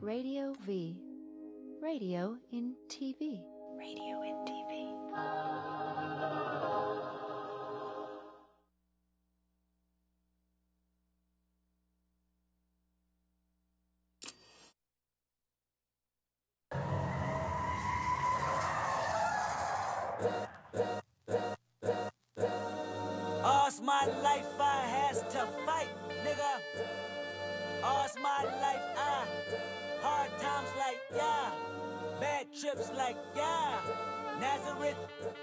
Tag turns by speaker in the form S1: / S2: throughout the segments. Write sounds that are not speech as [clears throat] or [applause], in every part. S1: Radio V. Radio in TV.
S2: Radio and TV.
S3: All's my life I has to fight, nigga. All's my life I hard times like yeah, bad trips like yeah. Nazareth,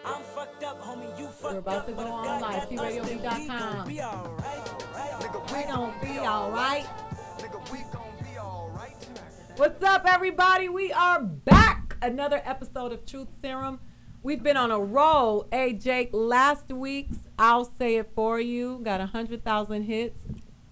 S3: I'm fucked up, homie. You fucked
S4: about
S3: up.
S4: to
S3: but
S4: go
S3: if
S4: on
S3: God
S4: live,
S3: got us, then we gon'
S4: QRadiov.com.
S3: Be alright.
S4: We gon' be alright.
S5: Nigga, we gon' be alright.
S4: What's up, everybody? We are back. Another episode of Truth Serum. We've been on a roll. Hey, Jake, last week's I'll Say It For You got 100,000 hits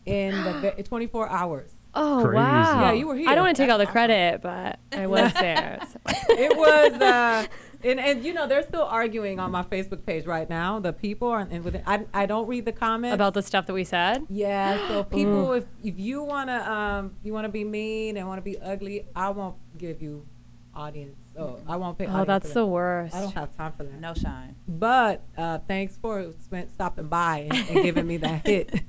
S4: in the ve- 24 hours.
S6: Oh
S7: Crazy.
S6: wow!
S4: Yeah, you were
S6: I
S4: here.
S6: don't want
S4: [laughs]
S6: to take all the credit, but I was there. so.
S4: It was,
S6: [laughs]
S4: uh, and, and you know, they're still arguing on my Facebook page right now. The people, are, and within, I, I don't read the comments.
S6: About the stuff that we said.
S4: Yeah,
S6: [gasps]
S4: so people, if, if you wanna um, you wanna be mean and wanna be ugly, I won't give you audience. So I won't pay.
S6: Oh,
S4: audience
S6: that's
S4: for
S6: the
S4: that.
S6: worst.
S4: I don't have time for that.
S8: No shine.
S4: But uh, thanks for spent stopping by and, and giving me
S6: [laughs]
S4: that hit.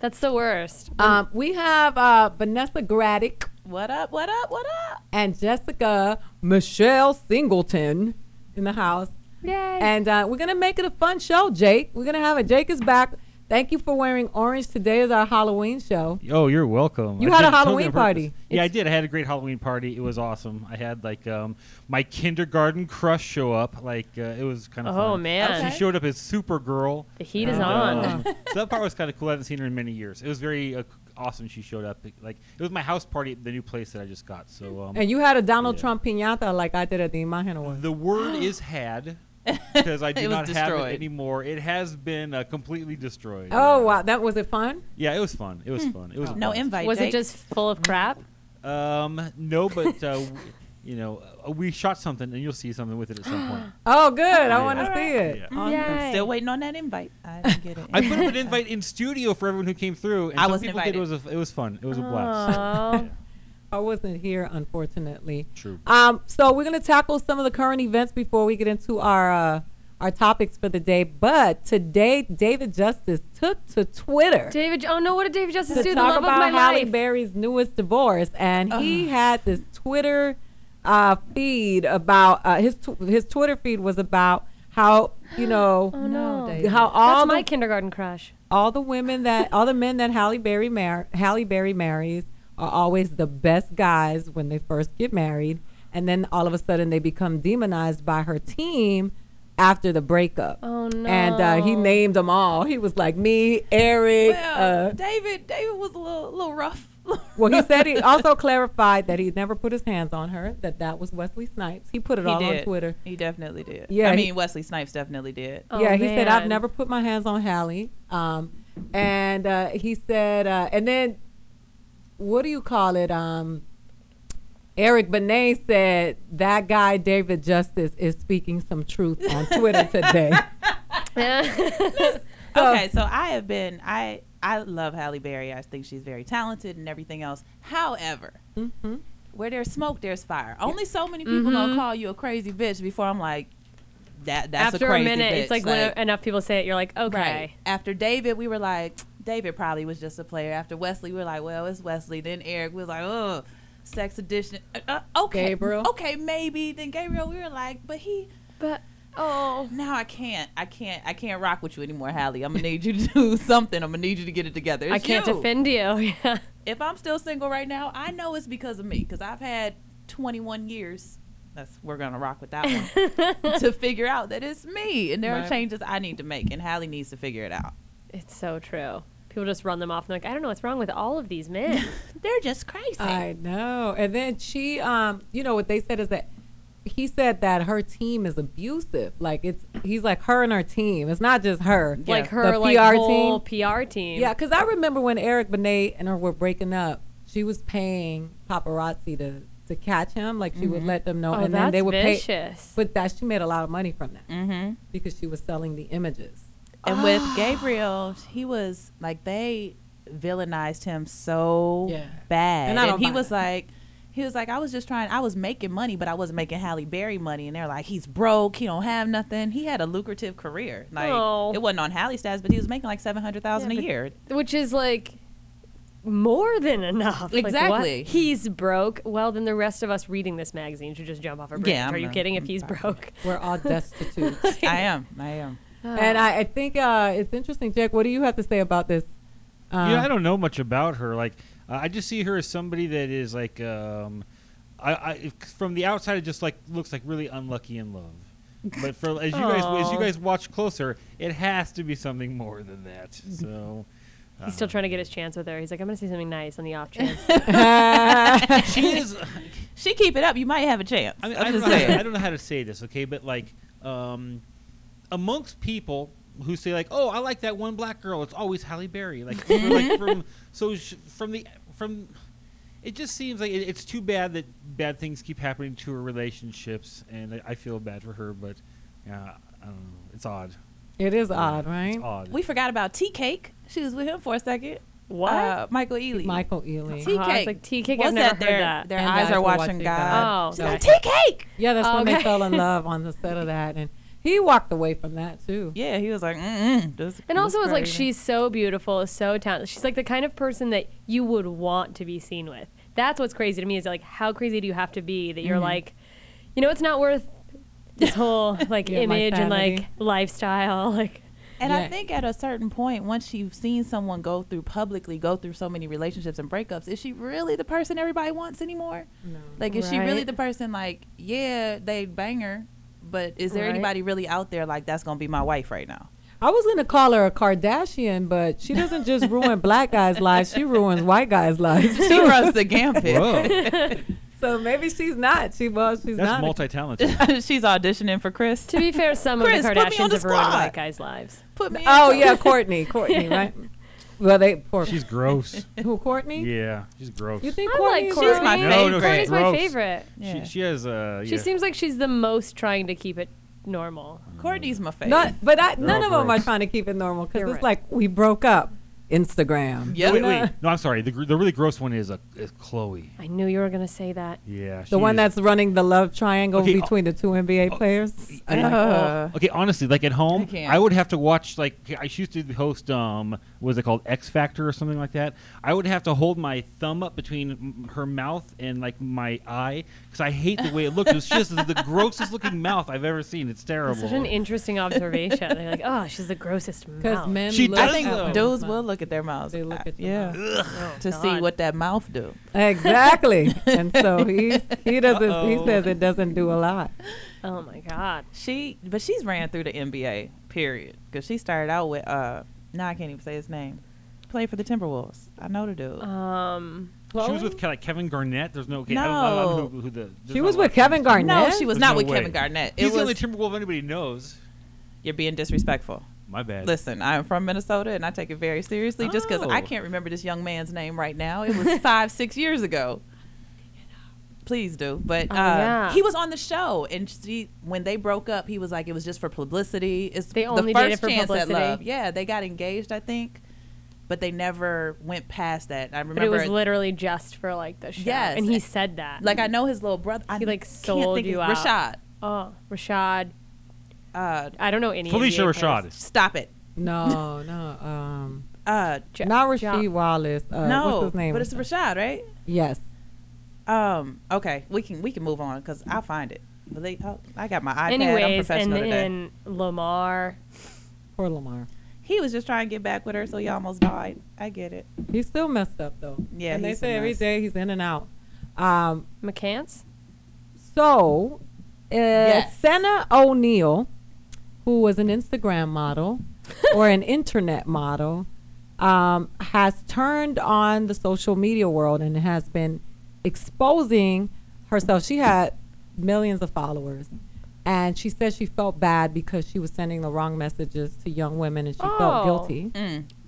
S6: That's the worst.
S4: um, we have uh, Vanessa Graddick
S8: What up? What up? What up?
S4: and Jessica Michelle Singleton in the house.
S6: Yay!
S4: And uh, we're going to make it a fun show, Jake. We're going to have it. Jake is back. Thank you for wearing orange. Today is our Halloween show.
S7: Oh, you're welcome.
S4: You
S7: I
S4: had a
S7: did it totally
S4: Halloween
S7: on purpose.
S4: party.
S7: Yeah, I did. I had a great Halloween party. It was awesome. I had like um, my kindergarten crush show up. Like uh, it was kind of.
S6: Oh,
S7: fun.
S6: man.
S7: She showed up as Supergirl.
S6: The heat is
S7: And,
S6: on.
S7: um,
S4: [laughs]
S7: so that part was kind of cool. I haven't seen her in many years. It was very uh, awesome. She showed up. Like it was my house party at the new place that I just got. So um,
S4: And you had a Donald
S7: Yeah.
S4: Trump pinata like I did at the Imagen Awards. [gasps]
S7: the word
S4: [laughs]
S7: is had. Because I do
S8: It was
S7: not have
S8: destroyed.
S7: it anymore. It has been uh, completely destroyed.
S4: Oh wow, Hmm. that was it fun.
S7: Yeah, it was fun. It was fun. It was a
S8: No
S7: blast.
S8: invite.
S6: was it
S8: Jake.
S6: just full of crap?
S7: Um, no, but uh, w- you know, uh, we shot something, and you'll see something with it at some point.
S4: Oh good, I
S7: Yeah.
S4: want to see it.
S7: Yeah.
S8: On-
S6: Yay.
S8: Still waiting on that invite. I
S7: [laughs]
S8: didn't get it.
S7: I put up an invite in studio for everyone who came through, and
S8: I
S7: some
S8: wasn't
S7: people did. It was a, it was fun. It was a blast.
S6: Oh,
S4: I wasn't here unfortunately.
S7: True.
S4: Um, so we're gonna tackle some of the current events before we get into our uh, our topics for the day. But today, David Justice took to Twitter
S6: David. Oh no! What did David Justice
S4: to
S6: do? The
S4: talk
S6: love of my
S4: about Halle
S6: life.
S4: Berry's newest divorce, and he had this Twitter uh, feed about uh, his tw- his Twitter feed was about how
S6: [gasps]
S4: you know
S6: Oh, no. David.
S4: how all
S6: That's
S4: the
S6: my kindergarten crush.
S4: all the women that all the men that Halle Berry mar- Halle Berry marries are always the best guys when they first get married, and then all of a sudden they become demonized by her team after the breakup.
S6: Oh, no.
S4: And uh, he named them all. He was like me, Eric.
S8: Well,
S4: uh,
S8: David. David was a little, little rough. [laughs]
S4: well, he said [laughs] he also clarified that he never put his hands on her. That that was Wesley Snipes. He put it all on Twitter.
S8: He definitely did.
S4: Yeah,
S8: I
S4: he-
S8: mean, Wesley Snipes definitely did.
S6: Oh,
S4: yeah, he said I've
S6: man.
S4: never put my hands on Hallie. Um, and uh, he said, uh, and then what do you call it? Um, Eric Benet said that guy David Justice is speaking some truth on [laughs] Twitter today.
S8: Okay, so I uh, have been. I I love Halle Berry. I think she's very talented and everything else. However,
S6: Mm-hmm.
S8: where there's smoke, there's fire. Only so many people gonna call you a crazy bitch before I'm like, that. That's
S6: After
S8: a crazy
S6: minute,
S8: bitch.
S6: it's like, when enough people say it, you're like, okay.
S8: Right. After David, we were like, David probably was just a player. After Wesley, we were like, well, it's Wesley. Then Eric, we was like, ugh, sex addiction. Uh, uh, okay.
S4: Gabriel.
S8: Okay, maybe. Then Gabriel, we were like, but he.
S6: But oh,
S8: No, I can't. I can't. I can't rock with you anymore, Hallie. I'm gonna need you to [laughs] do something. I'm gonna need you to get it together.
S6: I
S8: It's
S6: can't
S8: you.
S6: defend you. [laughs] Yeah.
S8: If I'm still single right now, I know it's because of me. Because I've had 21 years. That's we're gonna rock with that one to figure out that it's me, and there are
S4: Right.
S8: changes I need to make, and Hallie needs to figure it out.
S6: It's so true. People just run them off. And they're like, I don't know what's wrong with all of these
S8: [laughs]
S6: men.
S8: They're just crazy.
S4: I know. And then she, um, you know what they said is that he said that her team is abusive. Like it's he's like her and her team. It's not just her.
S6: Like
S8: Yeah.
S6: her
S4: The
S6: like
S4: PR
S6: whole PR team.
S4: Yeah, because I remember when Eric Benet and her were breaking up, she was paying paparazzi to to catch him. Like she would let them know,
S6: Oh,
S4: and
S6: that's
S4: then they would pay.
S6: vicious. Mm-hmm.
S4: But that she made a lot of money from that because she was selling the images.
S8: And with Gabriel, he was like they villainized him so
S4: Yeah.
S8: bad.
S4: And I don't
S8: he
S4: buy
S8: was
S4: that.
S8: like he was like, I was just trying I was making money, but I wasn't making Halle Berry money and they're like, He's broke, he don't have nothing. He had a lucrative career. Like
S6: Oh.
S8: it wasn't on Halle stats, but he was making like seven hundred thousand
S6: Yeah,
S8: a
S6: but-
S8: year.
S6: which is like more than enough. Like, what?
S8: Exactly.
S6: he's broke. Well, then the rest of us reading this magazine should just jump off a bridge.
S8: I'm
S6: Are you
S8: not-
S6: kidding? If
S8: I'm
S6: he's
S8: fine. [laughs]
S6: broke,
S4: We're
S6: [laughs]
S4: all destitute.
S6: Oh.
S8: I am. I am.
S4: and I, I think uh, it's interesting, Jack. What do you have to say about
S6: [laughs]
S4: this? [laughs] Um,
S7: yeah, I don't know much about her. Like, uh, I just see her as somebody that is like, um, I, I from the outside, it just like looks like really unlucky in love. But for as you guys as
S6: Aw.
S7: you guys watch closer, it has to be something more than that. So
S6: he's still trying to get his chance with her. He's like, I'm gonna say something nice on the off
S8: [laughs]
S6: chance.
S7: she is.
S8: She keep it up, you might have a chance.
S7: I mean,
S8: I'm
S7: I don't,
S8: just
S7: know how,
S8: saying.
S7: I don't know how to say this, okay, but like, um, amongst people who say like, "Oh, I like that one black girl," it's always Halle Berry. Like, for, like from so sh- from the from, it just seems like it, it's too bad that bad things keep happening to her relationships, and I, I feel bad for her, but yeah, I don't know, it's odd.
S4: It is odd, right?
S7: It's
S8: [laughs]
S7: odd.
S8: We forgot about Tea Cake. She was with him for a second.
S6: What?
S8: Uh, Michael Ealy.
S4: Michael Ealy.
S8: Tea
S6: Uh-huh, I was
S8: Cake.
S6: like, "Tea Cake,"
S8: What's
S6: I've never
S8: that?
S6: heard
S8: Their,
S6: that.
S8: Their
S4: And
S8: eyes are watching God.
S6: God. Oh,
S8: She's
S6: okay.
S8: like, Tea Cake.
S4: Yeah, that's when they
S6: Okay.
S4: fell in love on the set of that, and he walked away from that too.
S8: Yeah, he was like, mm mm.
S6: and also, it's like she's so beautiful, so talented. She's like the kind of person that you would want to be seen with. That's what's crazy to me is like, how crazy do you have to be that you're
S8: Mm-hmm.
S6: like, you know, it's not worth this
S8: [laughs]
S6: whole like
S4: Yeah, my
S6: image and like
S4: family.
S6: lifestyle. [laughs] Like,
S8: And I
S4: Yeah.
S8: think at a certain point, once you've seen someone go through publicly, go through so many relationships and breakups, is she really the person everybody wants anymore? No. Like, is she really
S6: Right.
S8: the person, like, yeah, they bang her, but is there
S6: Right.
S8: anybody really out there like, that's going to be my wife right now?
S4: I was gonna call her a Kardashian, but she doesn't just ruin black guys' lives; she ruins white guys' lives [laughs]
S8: She
S4: too.
S8: runs the gambit. [laughs]
S7: Whoa,
S4: so maybe she's not. She was. She's
S7: that's
S4: not.
S8: [laughs]
S7: multi-talented.
S8: she's auditioning for Chris.
S6: to be fair, some
S8: Chris,
S6: of
S8: put
S6: the
S8: me on
S6: Kardashians
S8: the
S6: have ruined
S8: squad.
S6: white guys' lives.
S8: Put me.
S4: [laughs] oh
S8: in-
S4: yeah, Courtney. Courtney, right? Well, they poor.
S7: She's gross.
S4: who? Courtney?
S7: Yeah, she's gross.
S4: You think
S6: I
S4: Courtney?
S6: like
S4: is
S6: Courtney.
S8: She's my
S7: No, no,
S8: favorite.
S6: Courtney's my
S7: gross.
S6: favorite.
S8: Yeah.
S7: She, she has uh,
S6: She
S7: yeah.
S6: seems like she's the most trying to keep it normal.
S8: Courtney's my favorite.
S4: Not, but I, none
S7: all
S4: of them are
S7: gross.
S4: trying to keep it normal because
S6: You're
S4: it's
S6: right.
S4: like we broke up. Instagram.
S8: Yep.
S7: Wait, wait. No, I'm sorry. The, gr- the really gross one is uh, is Chloe.
S6: I knew you were gonna say that.
S7: Yeah,
S4: The one that's running the love triangle
S7: Okay, oh,
S4: between the two NBA players. I like-
S8: Uh,
S7: Okay, honestly, like at home, I,
S8: can't.
S7: would have to watch like I used to host um what was it called X Factor or something like that. I would have to hold my thumb up between m- her mouth and like my eye because I hate the way it looks. It's just the grossest looking mouth I've ever seen. It's
S6: That's
S7: terrible.
S6: such an interesting observation. They're like, oh, she's the grossest mouth.
S4: men
S7: She
S4: look
S7: does,
S8: I think
S7: though.
S8: dudes will look at their mouths.
S4: They look at your
S8: yeah
S6: Oh,
S8: to see
S6: God.
S8: what that mouth do.
S6: [laughs]
S4: exactly, and so he he doesn't. He says it doesn't do a lot.
S6: Oh my God.
S8: She, but she's ran through the NBA period because she started out with uh. Now I can't even say his name. Played for the Timberwolves. I know the
S7: Uh,
S8: dude.
S6: Um,
S7: she was with like Kevin Garnett. There's no okay. I don't, I don't know who, who the there's
S4: She
S7: not
S4: was
S7: a lot
S4: with
S7: of
S4: Kevin
S7: teams.
S4: Garnett.
S8: no, she was
S7: There's
S8: not
S7: no
S8: with
S7: way.
S8: Kevin Garnett. It
S7: He's the
S8: was
S7: only Timberwolf anybody knows.
S8: you're being disrespectful.
S7: My bad.
S8: Listen, I'm from Minnesota and I take it very seriously. Just because I
S7: Oh.
S8: can't remember this young man's name right now, it
S6: [laughs]
S8: was five, six years ago. Please do, but uh,
S6: Oh, yeah.
S8: he was on the show, and she, when they broke up, he was like, "It was just for publicity." It's
S6: They
S8: the
S6: only
S8: first
S6: did it for
S8: chance at
S6: publicity?
S8: love. Yeah, they got engaged, I think, but they never went past that. I remember,
S6: but it was literally just for like the show.
S8: Yes.
S6: And he said that.
S8: like I know his little brother. I
S6: He, like,
S8: can't
S6: sold
S8: think of-
S6: you out.
S8: Rashad.
S6: oh, Rashad.
S8: Uh,
S6: I don't know any.
S7: Felicia
S6: NBA players.
S7: Rashad.
S8: stop it.
S4: [laughs] no, no. Um,
S8: Uh,
S6: Ja-
S4: not
S6: Ja-
S4: Rasheed Wallace. Uh,
S8: no,
S4: what's his name?
S8: but it's Rashad, right?
S4: yes.
S8: Um. Okay, we can we can move on because I'll find it. But they, oh, I got my iPad. I'm
S6: Anyways, and
S8: professional today.
S6: then Lamar.
S4: Poor Lamar.
S8: He was just trying to get back with her, so he almost died. I get it.
S4: He's still messed up though.
S8: Yeah,
S4: And they
S8: he's a
S4: say every
S8: mess.
S4: day he's in and out. Um,
S6: McCants?
S4: so uh,
S8: Yes.
S4: Senna O'Neill, who was an Instagram model or an internet model, um, has turned on the social media world and has been exposing herself. She had millions of followers. And she said she felt bad because she was sending the wrong messages to young women and she felt
S6: Oh.
S4: guilty.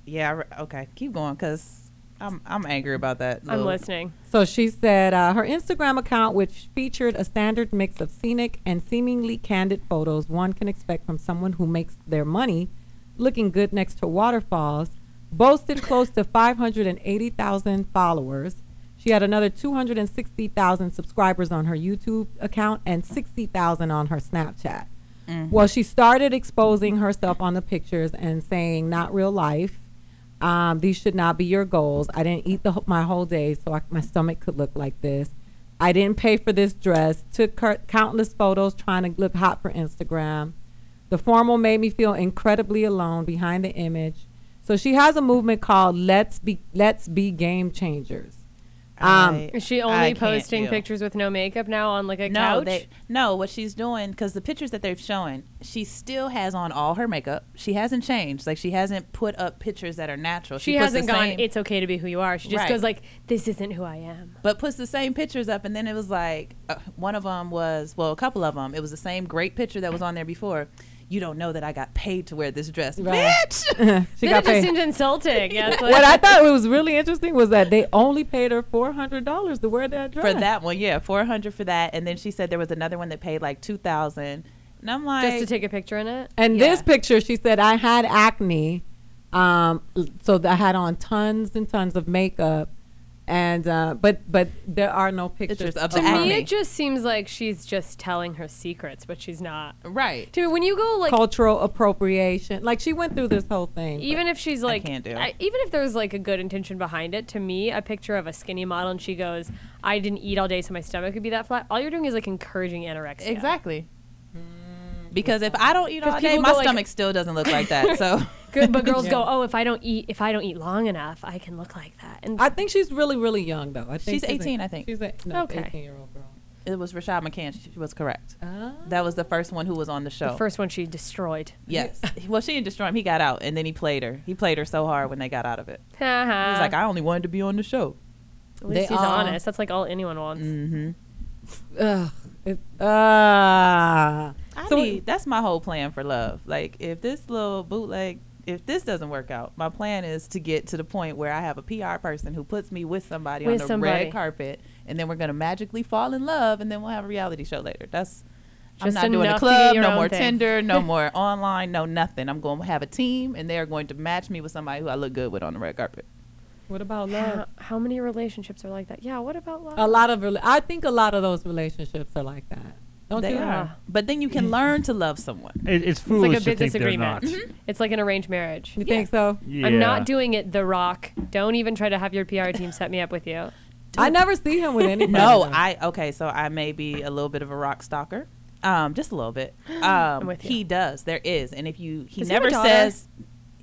S8: Yeah. I re- Okay. Keep going, cause I'm I'm angry about that.
S6: I'm
S8: little-
S6: listening.
S4: So she said uh, her Instagram account, which featured a standard mix of scenic and seemingly candid photos one can expect from someone who makes their money looking good next to waterfalls, boasted close to 580,000 followers. She had another 260,000 subscribers on her YouTube account and 60,000 on her Snapchat. Well, she started exposing herself on the pictures and saying, not real life. Um, these should not be your goals. I didn't eat the, wh- my whole day so I, my stomach could look like this. I didn't pay for this dress. Took cur- countless photos trying to look hot for Instagram. The formal made me feel incredibly alone behind the image. So she has a movement called Let's Be Let's Be Game Changers. Um,
S8: I-
S6: Is she
S8: I
S6: only
S8: can't
S6: posting
S8: do.
S6: pictures with no makeup now on like a
S8: No,
S6: couch?
S8: they, no. What she's doing because the pictures that they've shown, she still has on all her makeup. She hasn't changed. Like she hasn't put up pictures that are natural.
S6: she
S8: puts the
S6: hasn't gone.
S8: same-
S6: It's okay to be who you are. She just
S8: Right.
S6: goes like, "This isn't who I am."
S8: but puts the same pictures up and then it was like uh, one of them was well a couple of them it was the same great picture that was on there before you don't know that i got paid to wear this dress
S4: Right.
S8: bitch
S4: she
S6: then
S4: got
S6: it just
S4: paid.
S6: seems insulting. Yeah,
S8: [laughs]
S6: it's
S4: what
S6: like-
S4: I thought was really interesting was that they only paid her four hundred dollars to wear that dress.
S8: for that one yeah 400 for that and then she said there was another one that paid like 2000 and i'm like
S6: just to take a picture in it.
S4: And this
S8: Yeah.
S4: picture, she said, I had acne. Um, l- so I had on tons and tons of makeup. And uh, but but there are no pictures,
S8: Pictures of
S4: of
S8: the
S4: her.
S8: acne.
S6: Me, it just seems like she's just telling her secrets, but she's not.
S8: right
S6: To me, when you go like,
S4: cultural appropriation. Like she went through this whole thing.
S6: even if she's like,
S8: can't do.
S6: even if there's like a good intention behind it, to me, a picture of a skinny model and she goes, "I didn't eat all day, so my stomach would be that flat." All you're doing is like encouraging anorexia.
S8: exactly because if i don't eat all day
S6: people
S8: my
S6: go like-
S8: stomach still doesn't look
S6: [laughs]
S8: like that so
S6: Good, but
S8: [laughs]
S6: girls go, "Oh, if I don't eat, if I don't eat long enough, I can look like that." And
S4: I think she's really really young though. I think
S8: She's 18,
S4: I
S8: I think.
S4: she's a no,
S6: Okay.
S4: eighteen year old girl.
S8: it was rashad mccann she she was correct that was the first one who was on the show
S6: the first one she destroyed.
S8: Yes. well, she didn't destroy him. He got out, and then he played her. He played her so hard when they got out of it. He was
S6: He's
S8: like, I only wanted to be on the show.
S6: At least
S4: They all-
S6: he's honest. That's like all anyone wants.
S8: Mm.
S4: Ugh. It, uh,
S8: I
S4: So-
S8: mean, that's my whole plan for love. Like, if this little bootleg, if this doesn't work out, my plan is to get to the point where I have a PR person who puts me with somebody
S6: With
S8: on the
S6: somebody.
S8: red carpet, and then we're gonna magically fall in love, and then we'll have a reality show later. That's
S6: Just
S8: I'm not doing
S6: enough
S8: a
S6: to
S8: club,
S6: get your
S8: no
S6: own
S8: more
S6: thing.
S8: Tinder,
S6: [laughs]
S8: no more online, no nothing. I'm going to have a team, and they're going to match me with somebody who I look good with on the red carpet.
S4: what about
S6: How,
S4: love?
S6: how many relationships are like that? Yeah. What about love?
S4: A lot of rela- I think a lot of those relationships are like that. Don't
S6: Oh,
S8: They
S4: you?
S8: are, but then you
S6: Mm.
S8: can learn to love someone.
S7: It, it's
S6: It's
S7: foolish
S6: like a
S7: to think
S6: business
S7: they're
S6: agreement.
S7: not.
S8: Mm-hmm.
S6: It's like an arranged marriage.
S4: You think so?
S7: [laughs] Yeah.
S6: I'm not doing it the rock. Don't even try to have your PR team set me up with you.
S4: I never see him
S8: [laughs]
S4: with anybody.
S8: No,
S4: though.
S8: I okay. So I may be a little bit of a rock stalker, um, just a little bit.
S6: [gasps]
S8: Um,
S6: with you.
S8: He does. There is, and if you, he
S6: Does he have a
S8: never
S6: daughter?
S8: says.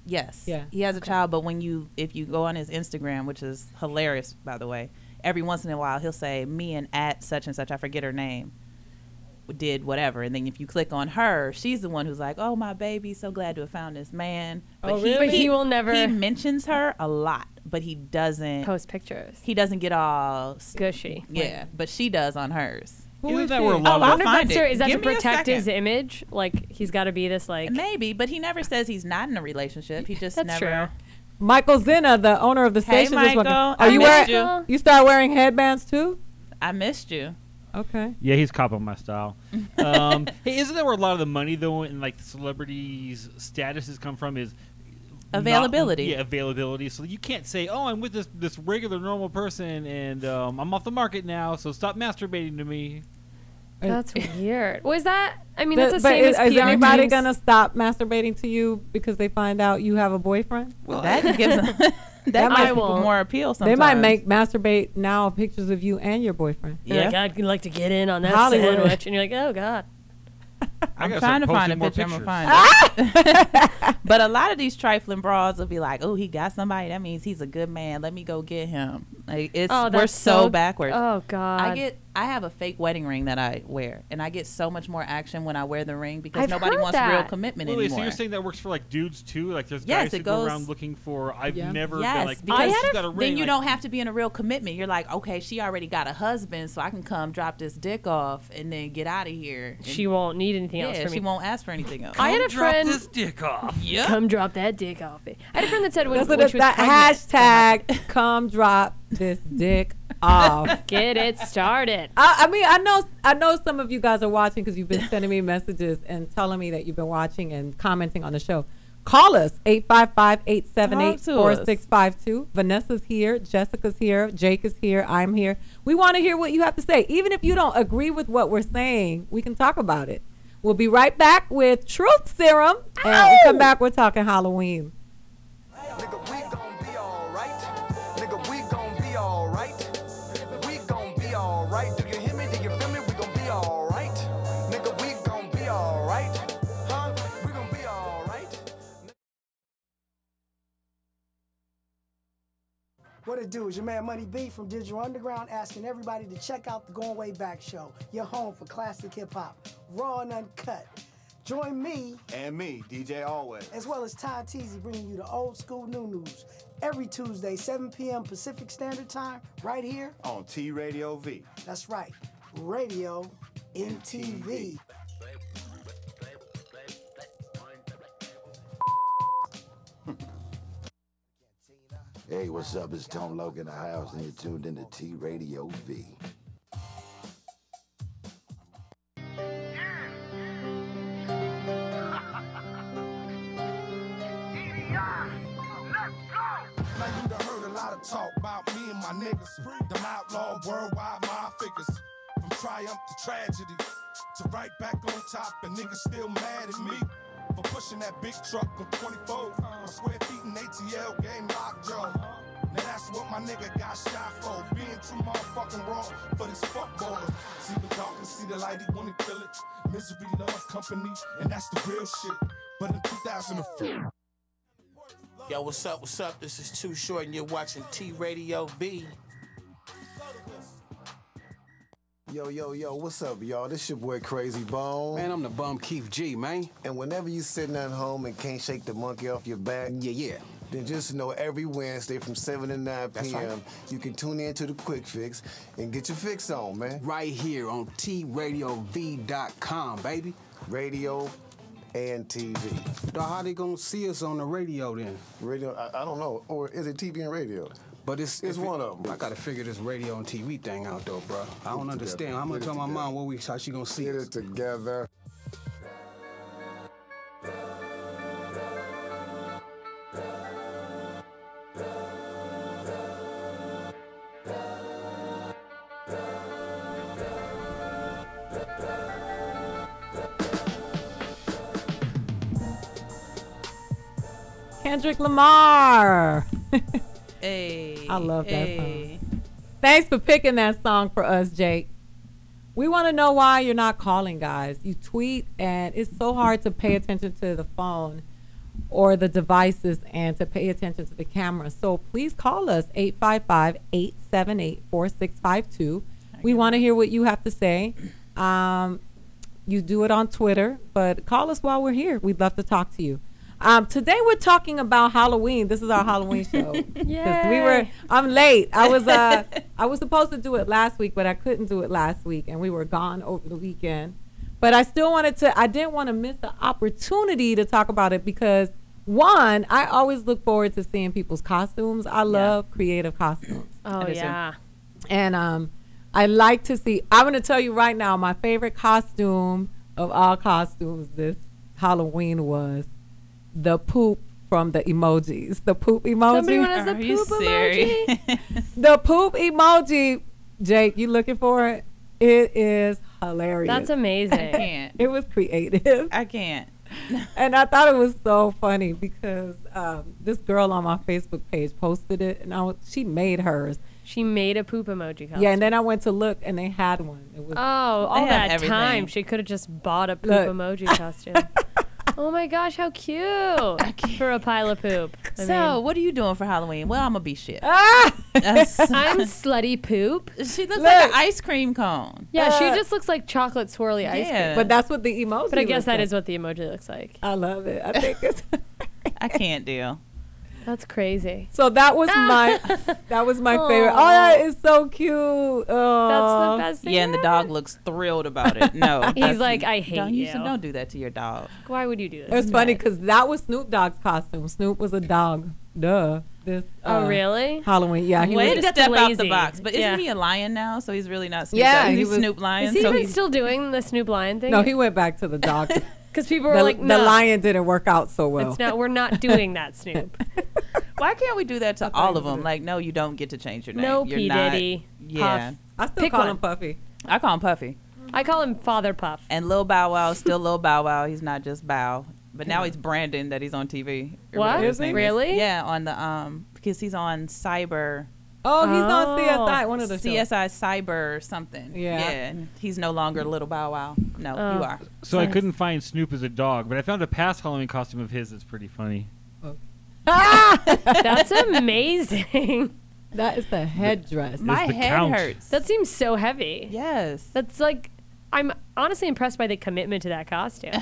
S8: Yes.
S4: Yeah.
S8: He has a child, but when you, if you go on his Instagram, which is hilarious, by the way, every once in a while he'll say, "Me and at such and such," I forget her name, did whatever, and then if you click on her, she's the one who's like, "Oh, my baby, so glad to have found this man." But
S4: Oh,
S8: he,
S4: really? But
S6: he will never-
S8: He mentions her a lot, but he doesn't.
S6: Post pictures.
S8: He doesn't get all
S6: Gushy.
S8: yeah, but she does on hers.
S7: Either
S4: is
S7: that
S4: she?
S7: were a lot
S8: Oh,
S7: of
S8: I'll
S6: I wonder if
S8: find
S6: that's ser-
S8: it.
S6: is that
S8: Give
S6: to
S8: me a
S6: protect his
S8: second.
S6: image? Like he's got to be this like.
S8: Maybe, but he never says he's not in a relationship. He just
S6: That's
S8: never.
S4: Michael Zena, the owner of the
S8: Hey,
S4: station, just walked in.
S8: Michael.
S4: Are
S8: I
S4: you
S8: missed
S4: wearing?
S8: you.
S4: You start wearing headbands too?
S8: I missed you.
S4: Okay.
S7: Yeah, he's copying my [laughs] style. Um, hey, isn't that where a lot of the money though, and like the celebrities' statuses come from is not-
S8: Availability.
S7: yeah, availability. So you can't say, "Oh, I'm with this this regular normal person, and um, I'm off the market now, so stop masturbating to me."
S6: [laughs] That's weird. Was that? I mean,
S4: But,
S6: that's the
S4: but
S6: same
S4: is,
S6: as
S4: is
S6: PR
S4: everybody
S6: teams.
S4: gonna stop masturbating to you because they find out you have a boyfriend?
S8: Well, [laughs] that gives them, that,
S4: might-
S8: might
S6: I won't.
S8: more appeal.
S4: They
S8: Sometimes
S4: might make masturbate now pictures of you and your boyfriend.
S6: You're
S8: Yeah,
S6: Like, I'd like to get in on that
S4: Hollywood.
S6: sandwich, and you're like, oh god.
S7: I
S8: I'm
S7: gotta
S8: trying to
S7: start
S8: find a
S7: posting more
S8: picture. I'm gonna
S7: pictures.
S8: find
S6: [laughs]
S8: it. but a lot of these trifling bras will be like, "Oh, he got somebody. That means he's a good man. Let me go get him." Like it's
S6: Oh,
S8: we're
S6: that's
S8: so,
S6: so-
S8: backwards.
S6: Oh god.
S8: I get I have a fake wedding ring that I wear, and I get so much more action when I wear the ring because
S6: I've
S8: nobody
S6: heard
S8: wants real
S6: that.
S8: commitment
S7: Wait, wait,
S8: anymore.
S7: so you're saying that works for like dudes too? Like there's
S8: Yes,
S7: guys
S8: it
S7: who go
S8: goes-
S7: around looking for. I've
S4: Yeah.
S7: never
S8: Yes,
S7: been like
S8: because
S7: because
S8: I had
S7: she's
S8: a-
S7: got a ring.
S8: then you
S7: like,
S8: don't have to be in a real commitment. You're like, okay, she already got a husband, so I can come drop this dick off and then get out of here. And-
S6: She won't need anything else
S8: yeah,
S6: from
S8: she
S6: me.
S8: won't ask for anything else.
S6: I had a
S7: drop
S6: friend.
S7: this dick off.
S8: yeah.
S6: Come drop that dick off me. I had a friend that said when,
S4: That's what
S6: when
S4: it's
S6: she was
S4: that
S6: pregnant,
S4: hashtag. come drop this dick off.
S6: get it started.
S4: I, I mean, I know, I know some of you guys are watching because you've been sending me messages and telling me that you've been watching and commenting on the show. Call us 855 878
S8: 878-4652.
S4: 4652. Vanessa's here. Jessica's here. Jake is here. I'm here. We want to hear what you have to say. Even if you don't agree with what we're saying, we can talk about it. We'll be right back with Truth Serum. And we come back, we're talking Halloween.
S5: Nigga, we gon' be alright. Nigga, we gon' be alright. We gon' be alright. Do you hear me? Do you feel me? We gon' be alright. Nigga, we gon' be alright. Huh? We gon' be alright.
S9: What it do is your man Money B from Digital Underground asking everybody to check out the Going Way Back show, your home for classic hip hop, raw and uncut. Join me,
S5: And me, DJ Always.
S9: as well as Ty Teasy, bringing you the old school new news every Tuesday, 7 p.m. Pacific Standard Time, right here.
S5: On T Radio V.
S9: That's right, radio, MTV.
S10: Hey, what's up? It's Tom Loke in the house, and you're tuned into T Radio V.
S5: Now you done heard a lot of talk about me and my niggas. Them outlaw worldwide my figures. From triumph to tragedy to right back on top, and niggas still mad at me. For pushing that big truck on 24, my square feet in ATL game lockjaw. Now that's what my nigga got shot for. Being too motherfucking raw for these fuckboys. See the dark and see the light, he wanna kill it. Misery love company, and that's the real shit. But in 2004.
S11: Yo, what's up? What's up? This is Too Short, and you're watching T Radio B.
S10: Yo, yo, yo, what's up, y'all? This your boy Crazy Bone.
S12: Man, I'm the bum Keith G, man.
S10: And whenever you sitting at home and can't shake the monkey off your back,
S12: Yeah, yeah.
S10: then just know every Wednesday from 7 to 9
S12: That's
S10: p.m.,
S12: right.
S10: you can tune in to the Quick Fix and get your fix on, man.
S12: Right here on tradiov.com, baby.
S10: Radio and TV.
S12: Dog, how they gonna see us on the radio then?
S10: Radio, I, I don't know, or is it TV and radio?
S12: But it's
S10: It's
S12: if it-
S10: one of 'em.
S12: I gotta figure this radio and TV thing out though, bro. I don't
S10: it
S12: understand.
S10: together.
S12: I'm gonna
S10: Get it
S12: tell my
S10: together.
S12: mom what we how she gonna see
S10: Get
S12: us.
S10: it together.
S4: Kendrick Lamar.
S8: Hey,
S4: I love that
S8: hey.
S4: Thanks for picking that song for us, Jake. We want to know why you're not calling, guys. You tweet, and it's so hard to pay attention to the phone or the devices and to pay attention to the camera. So please call us 855 878 4652. We want to hear what you have to say. Um, you do it on Twitter, but call us while we're here. We'd love to talk to you. Um, today we're talking about Halloween. This is our Halloween show. 'Cause we were
S6: Yay.
S4: I'm late. I was uh I was supposed to do it last week, but I couldn't do it last week and we were gone over the weekend. But I still wanted to I didn't want to miss the opportunity to talk about it because one, I always look forward to seeing people's costumes. I love creative costumes.
S6: Oh
S8: do too.
S6: yeah.
S4: And um, I like to see. I'm going to tell you right now, my favorite costume of all costumes this Halloween was the poop from the emojis. The poop emoji.
S6: Somebody want us a
S8: Are you
S6: poop
S8: serious?
S6: emoji?
S4: the poop emoji. Jake, you looking for it? It is hilarious.
S6: That's
S8: I [laughs]
S6: amazing.
S8: can't.
S4: it was creative [laughs]
S8: I can't.
S4: and I thought it was so funny because um, this girl on my Facebook page posted it and I was, she made hers.
S6: she made a poop emoji costume.
S4: Yeah, and then I went to look and they had one. It was
S6: Oh, all
S8: They have
S6: that time
S8: everything.
S6: she could have just bought a poop
S4: Look.
S6: emoji costume. oh my gosh, how cute for a pile of poop. I
S8: so,
S6: mean,
S8: what are you doing for Halloween? Well, I'm gonna be [laughs] shit.
S4: [laughs] ah!
S8: [laughs]
S6: I'm slutty poop.
S8: she looks [laughs] like an
S4: Look.
S8: ice cream cone.
S6: Yeah, she
S4: Uh,
S6: just looks like chocolate swirly ice cream.
S8: Yeah,
S4: But that's what the emoji.
S6: But I guess
S4: looks
S6: that
S4: like.
S6: is what the emoji looks like.
S4: I love it.
S6: [laughs]
S4: I think it's.
S8: I can't [laughs] deal.
S6: That's crazy.
S4: so that was my
S6: [laughs]
S4: that was my favorite. Oh, that is so cute.
S6: That's
S4: Oh,
S6: the best thing.
S8: Yeah, and the
S6: ever.
S8: dog looks thrilled about it. [laughs] No, that's-
S6: like, "I hate
S8: don't
S6: you."
S8: don't do that to your dog.
S6: Why would you do
S4: It
S6: this?
S4: was funny because that was Snoop Dogg's costume. Snoop was a dog. Duh. This.
S6: Oh
S4: uh,
S6: really?
S4: Halloween. Yeah. He
S8: Way
S6: Wait.
S4: was,
S8: to
S6: think that's
S8: step out the
S6: lazy.
S8: box. But isn't
S6: Yeah.
S8: he a lion now? So he's really not Snoop.
S4: Yeah,
S8: Dogg.
S4: he
S8: he's
S4: was-
S8: Snoop Lion.
S6: Is he
S8: so
S6: even
S8: he's-
S6: still doing the Snoop Lion thing? [laughs]
S4: no, he went back to the dog.
S6: Because people
S4: The,
S6: are like, no,
S4: the lion didn't work out so well.
S6: It's not. We're not doing that, Snoop.
S8: Why can't we do that to all of them? Like, no, you don't get to change your name.
S6: No,
S8: You're
S6: P.
S8: not-
S6: Diddy,
S8: Yeah.
S6: Puff. I still Pick call one. him
S4: Puffy.
S8: I call him Puffy.
S6: I call him Father Puff.
S8: And Lil Bow Wow is still Lil Bow Wow. He's not just Bow. But now he's Brandon that he's on TV. or
S6: What?
S8: whatever his
S6: Is
S8: name
S6: he? Really?
S8: Yeah, on the um because he's on Cyber.
S4: Oh, he's on CSI, one of the shows.
S8: CSI Cyber or something.
S4: Yeah.
S8: He's no longer Little Bow Wow. No, you are.
S7: So I couldn't find Snoop as a dog, but I found a past Halloween costume of his that's pretty funny.
S6: That's amazing.
S4: That is the headdress.
S6: My
S7: the
S6: head
S7: count.
S6: hurts. That seems so heavy.
S8: Yes.
S6: That's like, I'm honestly impressed by the commitment to that costume.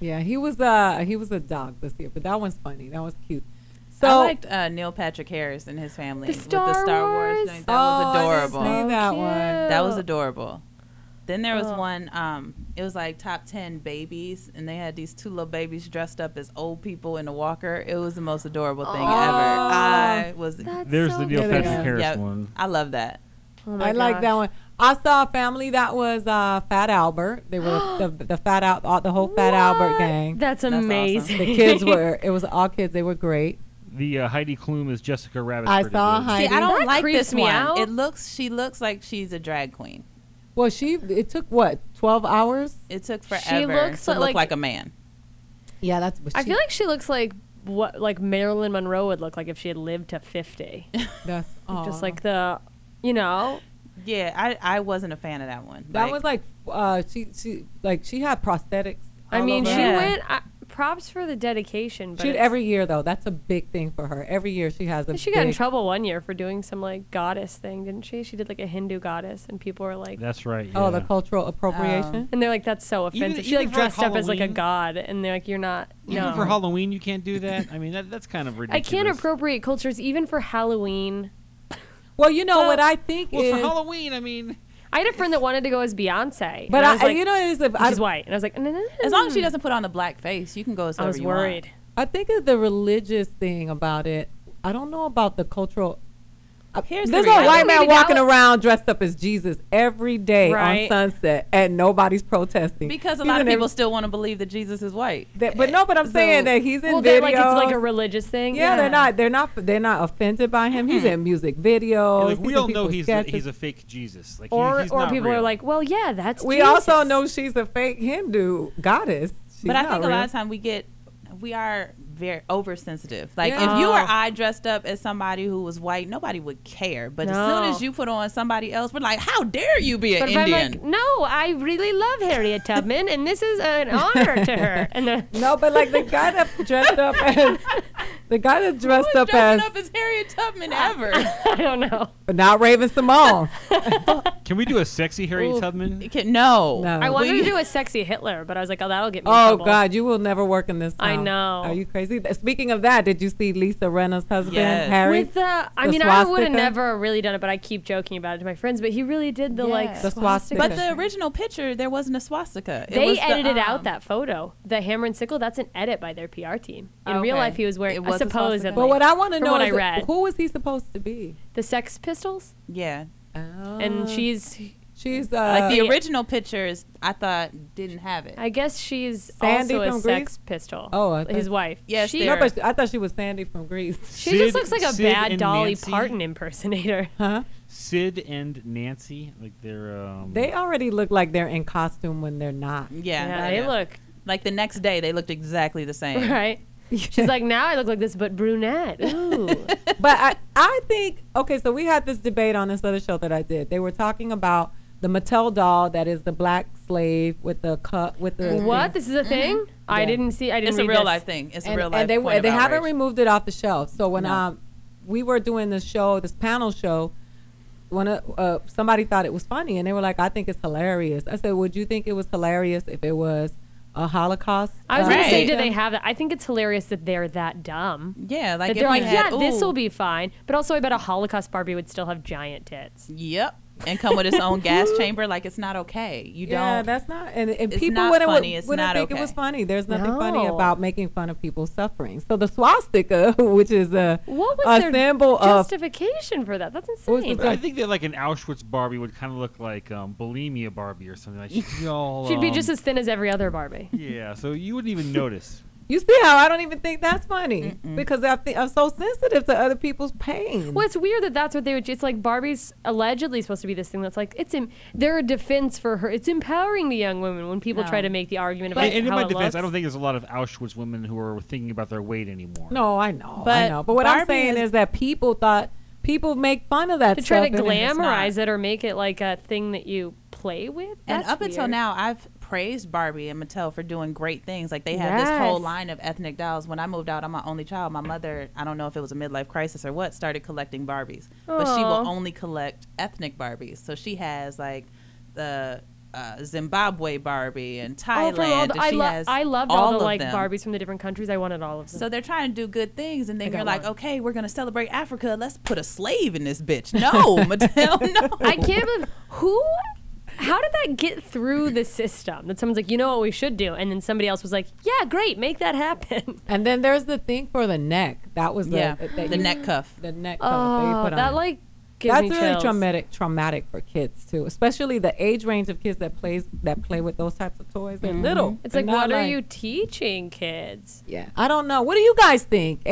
S4: Yeah, he was uh he was a dog this year, but that one's funny. That was cute.
S8: I
S4: So
S8: liked uh, Neil Patrick Harris and his family
S6: The
S8: with
S6: Star
S8: the Star Wars.
S6: Wars?
S8: thing. That
S4: Oh,
S8: was
S4: I didn't
S8: adorable.
S4: see that So one.
S8: That was
S4: cute.
S8: adorable. Then there was
S4: Oh.
S8: one. Um, it was like top ten babies, and they had these two little babies dressed up as old people in a walker. It was the most adorable thing ever.
S4: Oh.
S8: I was.
S4: That's There's so the Neil cute. Patrick Harris one.
S8: I love that.
S4: I like that one. I saw a family that was uh, Fat Albert. They were the, the Fat Al, all, the whole Fat Albert gang.
S6: [laughs] That's amazing.
S4: The kids were. It was all kids. They were great.
S7: The uh, Heidi Klum is Jessica Rabbit.
S4: I
S7: pretty
S4: saw
S7: good.
S4: Heidi.
S8: See, I don't
S4: That
S8: like
S4: creeps
S8: this
S4: me
S8: one.
S4: out.
S8: It looks. She looks like she's a drag queen.
S4: Well, she. It took what twelve hours.
S8: It took forever
S6: looks
S8: to
S6: li-
S8: look
S6: like-
S8: like a man.
S4: Yeah, that's. But
S6: I feel like she looks like what like Marilyn Monroe would look like if she had lived to fifty.
S4: That's
S6: just
S8: aw.
S6: like the, you know.
S8: Yeah, I, I wasn't a fan of that one.
S4: that was like uh, she she like she had prosthetics.
S6: I
S4: all
S6: mean,
S4: over
S6: she
S4: her.
S6: went. I, props for the dedication. But
S4: She did
S6: it's-
S4: every year though. That's a big thing for her. Every year she has a.
S6: She got in
S4: big-
S6: trouble one year for doing some like goddess thing, didn't she? She did like a Hindu goddess, and people were like,
S7: That's right.
S4: Oh, the
S7: yeah.
S4: cultural appropriation.
S6: and they're like, "That's so
S7: Even-
S6: offensive." she
S7: even
S6: like
S7: for
S6: dressed up as like a
S7: Halloween?
S6: god, and they're like, "You're not."
S7: Even
S6: no.
S7: for Halloween, you can't do that. I mean, that, that's kind of
S6: I
S7: ridiculous.
S6: can't appropriate cultures even for Halloween.
S4: Well, you know what I think
S7: Well, for
S4: is-
S7: Halloween, I mean,
S6: I had a friend that wanted to go as Beyonce,
S4: But
S6: and I,
S4: I-
S6: was like,
S4: you know, it's a-
S6: and
S4: I-
S6: she's white, and I was like, no, no, no,
S8: As long as
S4: hmm.
S8: she doesn't put on the black face, you can go as
S6: I
S8: whoever
S6: was
S8: you want.
S6: worried.
S4: I think of the religious thing about it. I don't know about the cultural. I-
S8: Here's the
S4: There's a
S8: reality.
S4: white man
S8: Maybe that
S4: walking
S8: was-
S4: around dressed up as Jesus every day
S8: Right.
S4: on Sunset, and nobody's protesting
S8: Because a
S4: He's
S8: lot of
S4: in every-
S8: people still want to believe that Jesus is white.
S4: that- but no, but I'm saying that he's in
S6: well,
S4: videos.
S6: that, like it's like a religious thing.
S4: yeah, they're not. They're not. They're not offended by him.
S8: Mm-hmm.
S4: He's in music videos.
S7: like
S4: he's
S7: we
S4: in
S7: all know
S4: people's
S7: he's a,
S4: sketches.
S7: he's a fake Jesus. Like he-
S6: Or
S7: he's
S6: or
S7: not
S6: people
S7: real.
S6: are like, well, yeah, that's
S4: we
S6: Jesus.
S4: also know she's a fake Hindu goddess. She's
S8: but I
S4: not
S8: think a
S4: real.
S8: lot of time we get, we are very oversensitive. Like
S4: Yeah.
S8: if you or
S4: Oh.
S8: I dressed up as somebody who was white, nobody would care. But as soon
S6: No.
S8: as you put on somebody else, we're like, how dare you be an
S6: But if
S8: Indian?
S6: I'm like, no, I really love Harriet Tubman, and this is an honor to her. And then
S4: No, but like the guy that dressed
S8: [laughs]
S4: up as the guy that dressed up as
S8: dressing up as Harriet Tubman ever.
S6: [laughs] I don't know.
S4: but not Raven Simone.
S7: can we do a sexy Harriet
S6: Ooh.
S7: Tubman?
S8: no.
S4: No.
S6: I wanted
S4: Oh, We-
S6: to
S4: [laughs]
S6: do a sexy Hitler, but I was like, oh, that'll get me. in
S4: Oh
S6: trouble.
S4: God, you will never work in this.
S6: I
S4: town.
S6: know.
S4: Are you crazy? Th- Speaking of that, did you see Lisa Renna's husband
S8: Yes.
S4: Harry?
S6: With the, I
S4: The
S6: mean, I would have
S4: swastika?
S6: never really done it, but I keep joking about it to my friends. But he really did the like
S4: The swastika.
S8: [laughs] But the original picture, there wasn't a swastika. It was
S6: They
S8: the,
S6: edited out
S8: um,
S6: that photo. The hammer and sickle. That's an edit by their PR team. In real
S8: Okay.
S6: life, he was
S8: It
S6: wearing.
S8: was a
S6: I suppose.
S8: swastika.
S4: but what I want to
S6: from
S4: know
S6: what
S4: is
S6: I read.
S4: who was he supposed to be?
S6: the Sex Pistols,
S8: Yeah.
S6: Oh. and she's.
S4: She's uh,
S8: like the original pictures, I thought didn't have it.
S6: I guess she's
S4: Sandy
S6: also
S4: from
S6: a
S4: Grease?
S6: Sex Pistol.
S4: Oh, I
S6: his
S4: thought-
S6: wife.
S8: Yes,
S6: she,
S4: No, but I thought she was Sandy from Greece. [laughs]
S6: she just
S7: Sid-
S6: looks like a
S7: Sid
S6: bad
S7: and
S6: Dolly
S7: Nancy?
S6: Parton impersonator.
S4: Huh?
S7: Sid and Nancy, like they're um,
S4: They already look like they're in costume when they're
S6: [laughs]
S4: not.
S8: Yeah,
S6: Yeah, they look
S4: [laughs]
S8: like the next day they looked exactly
S6: [laughs]
S8: the same.
S6: right. She's like, now I look like this,
S4: [laughs]
S6: but brunette. Ooh.
S4: but I, I think okay. So we had this debate on this other show that I did. They were talking about the Mattel doll that is the black slave with the cut with the
S6: What? This is a thing? I
S4: Yeah.
S6: didn't see. I didn't.
S8: It's a
S6: read
S8: real
S6: this.
S8: life thing. It's a
S4: and,
S8: real
S4: and
S8: life.
S4: they
S8: point of
S4: they haven't
S8: outrage.
S4: removed it off the shelf. So when
S8: No.
S4: um we were doing this show, this panel show, one of uh, somebody thought it was funny, and they were like, "I think it's hilarious." I said, "Would you think it was hilarious if it was a Holocaust?"
S6: I was gonna say,
S4: uh,
S6: do they have that? I think it's hilarious that they're that dumb.
S8: Yeah,
S6: that
S8: like if
S6: they're
S8: we
S6: like,
S8: had-
S6: yeah, this
S8: ooh.
S6: will be fine. But also, I bet a Holocaust Barbie would still have giant tits.
S8: Yep. and come with
S6: [laughs]
S8: its own gas chamber. Like it's not okay. You
S4: yeah,
S8: don't.
S4: that's not. And, and
S8: it's
S4: people
S8: not
S4: wouldn't,
S8: funny. It's
S4: wouldn't
S8: not
S4: think
S8: okay.
S4: it was funny. There's nothing funny
S8: No.
S4: about making fun of people's suffering. So the swastika, [laughs] which is a
S6: What was
S4: a
S6: their
S4: symbol of
S6: justification for that? That's
S4: What was
S6: insane.
S4: the-
S7: I think that like an Auschwitz Barbie would kind of look like um, bulimia Barbie or something. Like
S6: [laughs]
S7: she'd be all.
S6: She'd be
S7: um,
S6: just as thin as every other Barbie.
S7: Yeah, so you wouldn't
S6: [laughs]
S7: even notice.
S4: You see how I don't even think that's funny because I think I'm so sensitive to other people's pain.
S6: Well, it's weird that that's what they would. It's like Barbie's allegedly supposed to be this thing that's like it's. Im- their defense for her. It's empowering the young women when people
S4: No.
S6: try to make the argument about
S7: and, and in
S6: how
S7: my
S6: it
S7: defense,
S6: looks.
S7: I don't think there's a lot of Auschwitz women who are thinking about their weight anymore.
S4: No, I know, I
S6: But
S4: know. But what I'm
S6: Barbie
S4: saying
S6: is-
S4: is that people thought people make fun of that
S6: to try to
S4: stuff, and it's not.
S6: glamorize it or make it like a thing that you play with.
S8: and
S6: That's
S8: up until
S6: weird.
S8: now, I've praised Barbie and Mattel for doing great things. Like they have this whole
S6: Yes.
S8: line of ethnic dolls. When I moved out, I'm my only child. My mother, I don't know if it was a midlife crisis or what, started collecting Barbies, but she
S6: Aw.
S8: will only collect ethnic Barbies. So she has like the uh, Zimbabwe Barbie and
S6: Oh,
S8: Thailand.
S6: from all the-
S8: and
S6: I,
S8: she
S6: lo-
S8: has
S6: I loved all,
S8: of
S6: the like
S8: them.
S6: Barbies from the different countries. I wanted all of them.
S8: So they're trying to do good things, and
S6: I
S8: then
S6: got
S8: you're like,
S6: one.
S8: okay, we're gonna celebrate Africa. Let's put a slave in this bitch. No, [laughs] Mattel, no.
S6: I can't believe who. How did that get through the system? That someone's like, you know what we should do, and then somebody else was like, yeah, great, make that happen.
S4: And then there's the thing for the neck. That was the
S8: Yeah,
S4: that
S8: the
S4: you-
S8: neck cuff.
S4: The neck cuff that you
S6: Oh,
S4: put on.
S6: that
S4: it.
S6: like gives
S4: That's
S6: me
S4: really
S6: chills.
S4: traumatic traumatic for kids too, especially the age range of kids that plays that play with those types of toys. They're little.
S6: Mm-hmm. Oh, It's
S4: They're
S6: like,
S4: not
S6: what are you teaching kids?
S4: Yeah. I don't know. What do you guys think?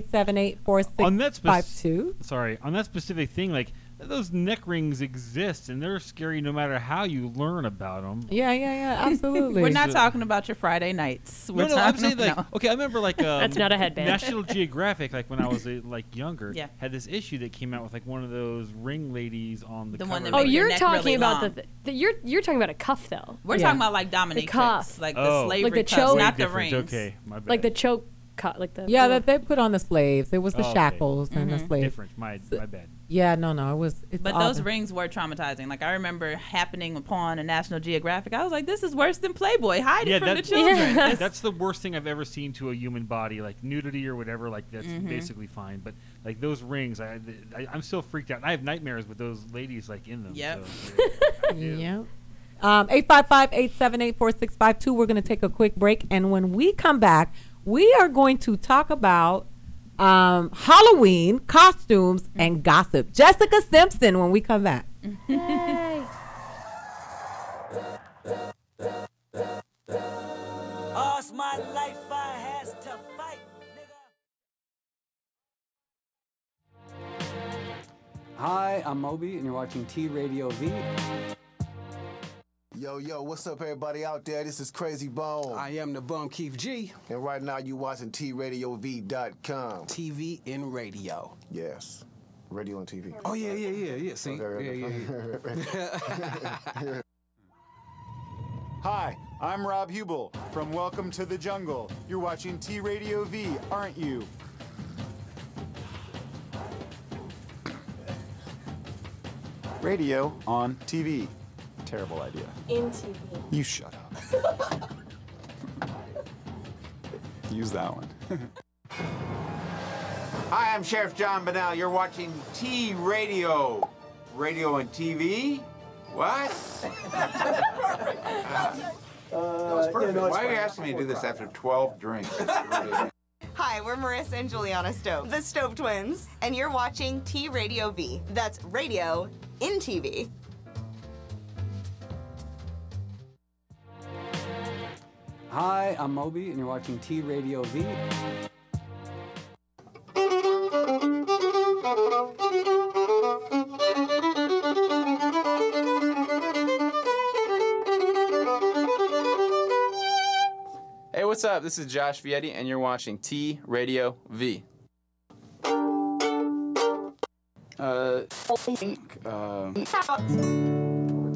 S4: 855-878-4652.
S7: on that specific sorry on that specific thing like those neck rings exist and they're scary no matter how you learn about them
S4: Yeah, yeah,
S6: [laughs]
S4: yeah. Absolutely.
S8: We're not
S7: So-
S8: talking about your Friday nights. We're
S7: no, no, I'm saying
S8: talking
S7: like
S8: no.
S7: okay, I remember
S6: [laughs]
S7: like um,
S6: That's not a headband.
S7: National Geographic, like when I was uh, like younger,
S8: Yeah.
S7: had this issue that came out with like one of those ring ladies on the,
S8: The one that
S7: cover.
S6: Oh,
S8: make your
S6: you're
S8: neck
S6: talking
S8: really
S6: about the,
S8: long.
S6: th- the you're you're talking about a cuff though,
S8: We're
S6: Yeah.
S8: talking about like dominatrix,
S6: cuff.
S8: like
S7: Oh.
S8: the slavery
S6: Like the
S8: cuffs,
S6: choke.
S8: not the
S7: Different,
S8: rings.
S7: Okay, my bad.
S6: like the choke cut, like the
S4: Yeah,
S6: [laughs]
S4: that they put on the slaves. It was the
S7: Oh, okay.
S4: shackles and
S6: Mm-hmm.
S4: the slaves.
S7: different. My my bad.
S4: Yeah, no, no. It was it's
S8: But
S4: all
S8: those
S4: the-
S8: rings were traumatizing. Like I remember happening upon a National Geographic. I was like, this is worse than Playboy. Hide
S7: yeah,
S8: it from
S7: that-
S8: the children.
S7: that- that's the worst thing I've ever seen to a human body, like nudity or whatever. Like that's
S8: Mhm.
S7: basically fine, but like those rings, I, I I'm still freaked out. I have nightmares with those ladies like in them.
S8: Yep.
S7: so, yeah.
S8: [laughs]
S4: Yep. Um, 855-878-4652. We're going to take a quick break. And when we come back, we are going to talk about um, Halloween costumes and gossip. Jessica Simpson when we come back.
S3: All my life I has to fight.
S13: Hi, I'm Moby, and you're watching T Radio V.
S10: Yo, yo, what's up, everybody out there? This is Crazy Bone.
S12: I am the bum Keith G.
S10: And right now, you watching TRadioV.com.
S12: TV in radio.
S10: Yes. Radio and TV.
S12: Oh yeah, yeah, yeah, yeah. See,
S10: Okay,
S12: yeah, yeah, yeah.
S14: Hi, I'm Rob Hubel from Welcome to the Jungle. You're watching T Radio V, aren't you? Radio on TV. Terrible idea.
S2: In TV.
S14: You shut up. Use that one.
S15: Hi, I'm Sheriff John Bonnell. You're watching T Radio. Radio and TV? What? [laughs]
S9: That
S15: was perfect. Uh, Why are you asking me to do this after 12 drinks?
S16: [laughs] Hi, we're Marissa and Juliana Stove, the Stove Twins, and you're watching T Radio V. That's radio in TV.
S13: Hi, I'm Moby, and you're watching T Radio V.
S17: Hey, what's up? This is Josh Vietti, and you're watching T Radio V.
S18: Uh, uh,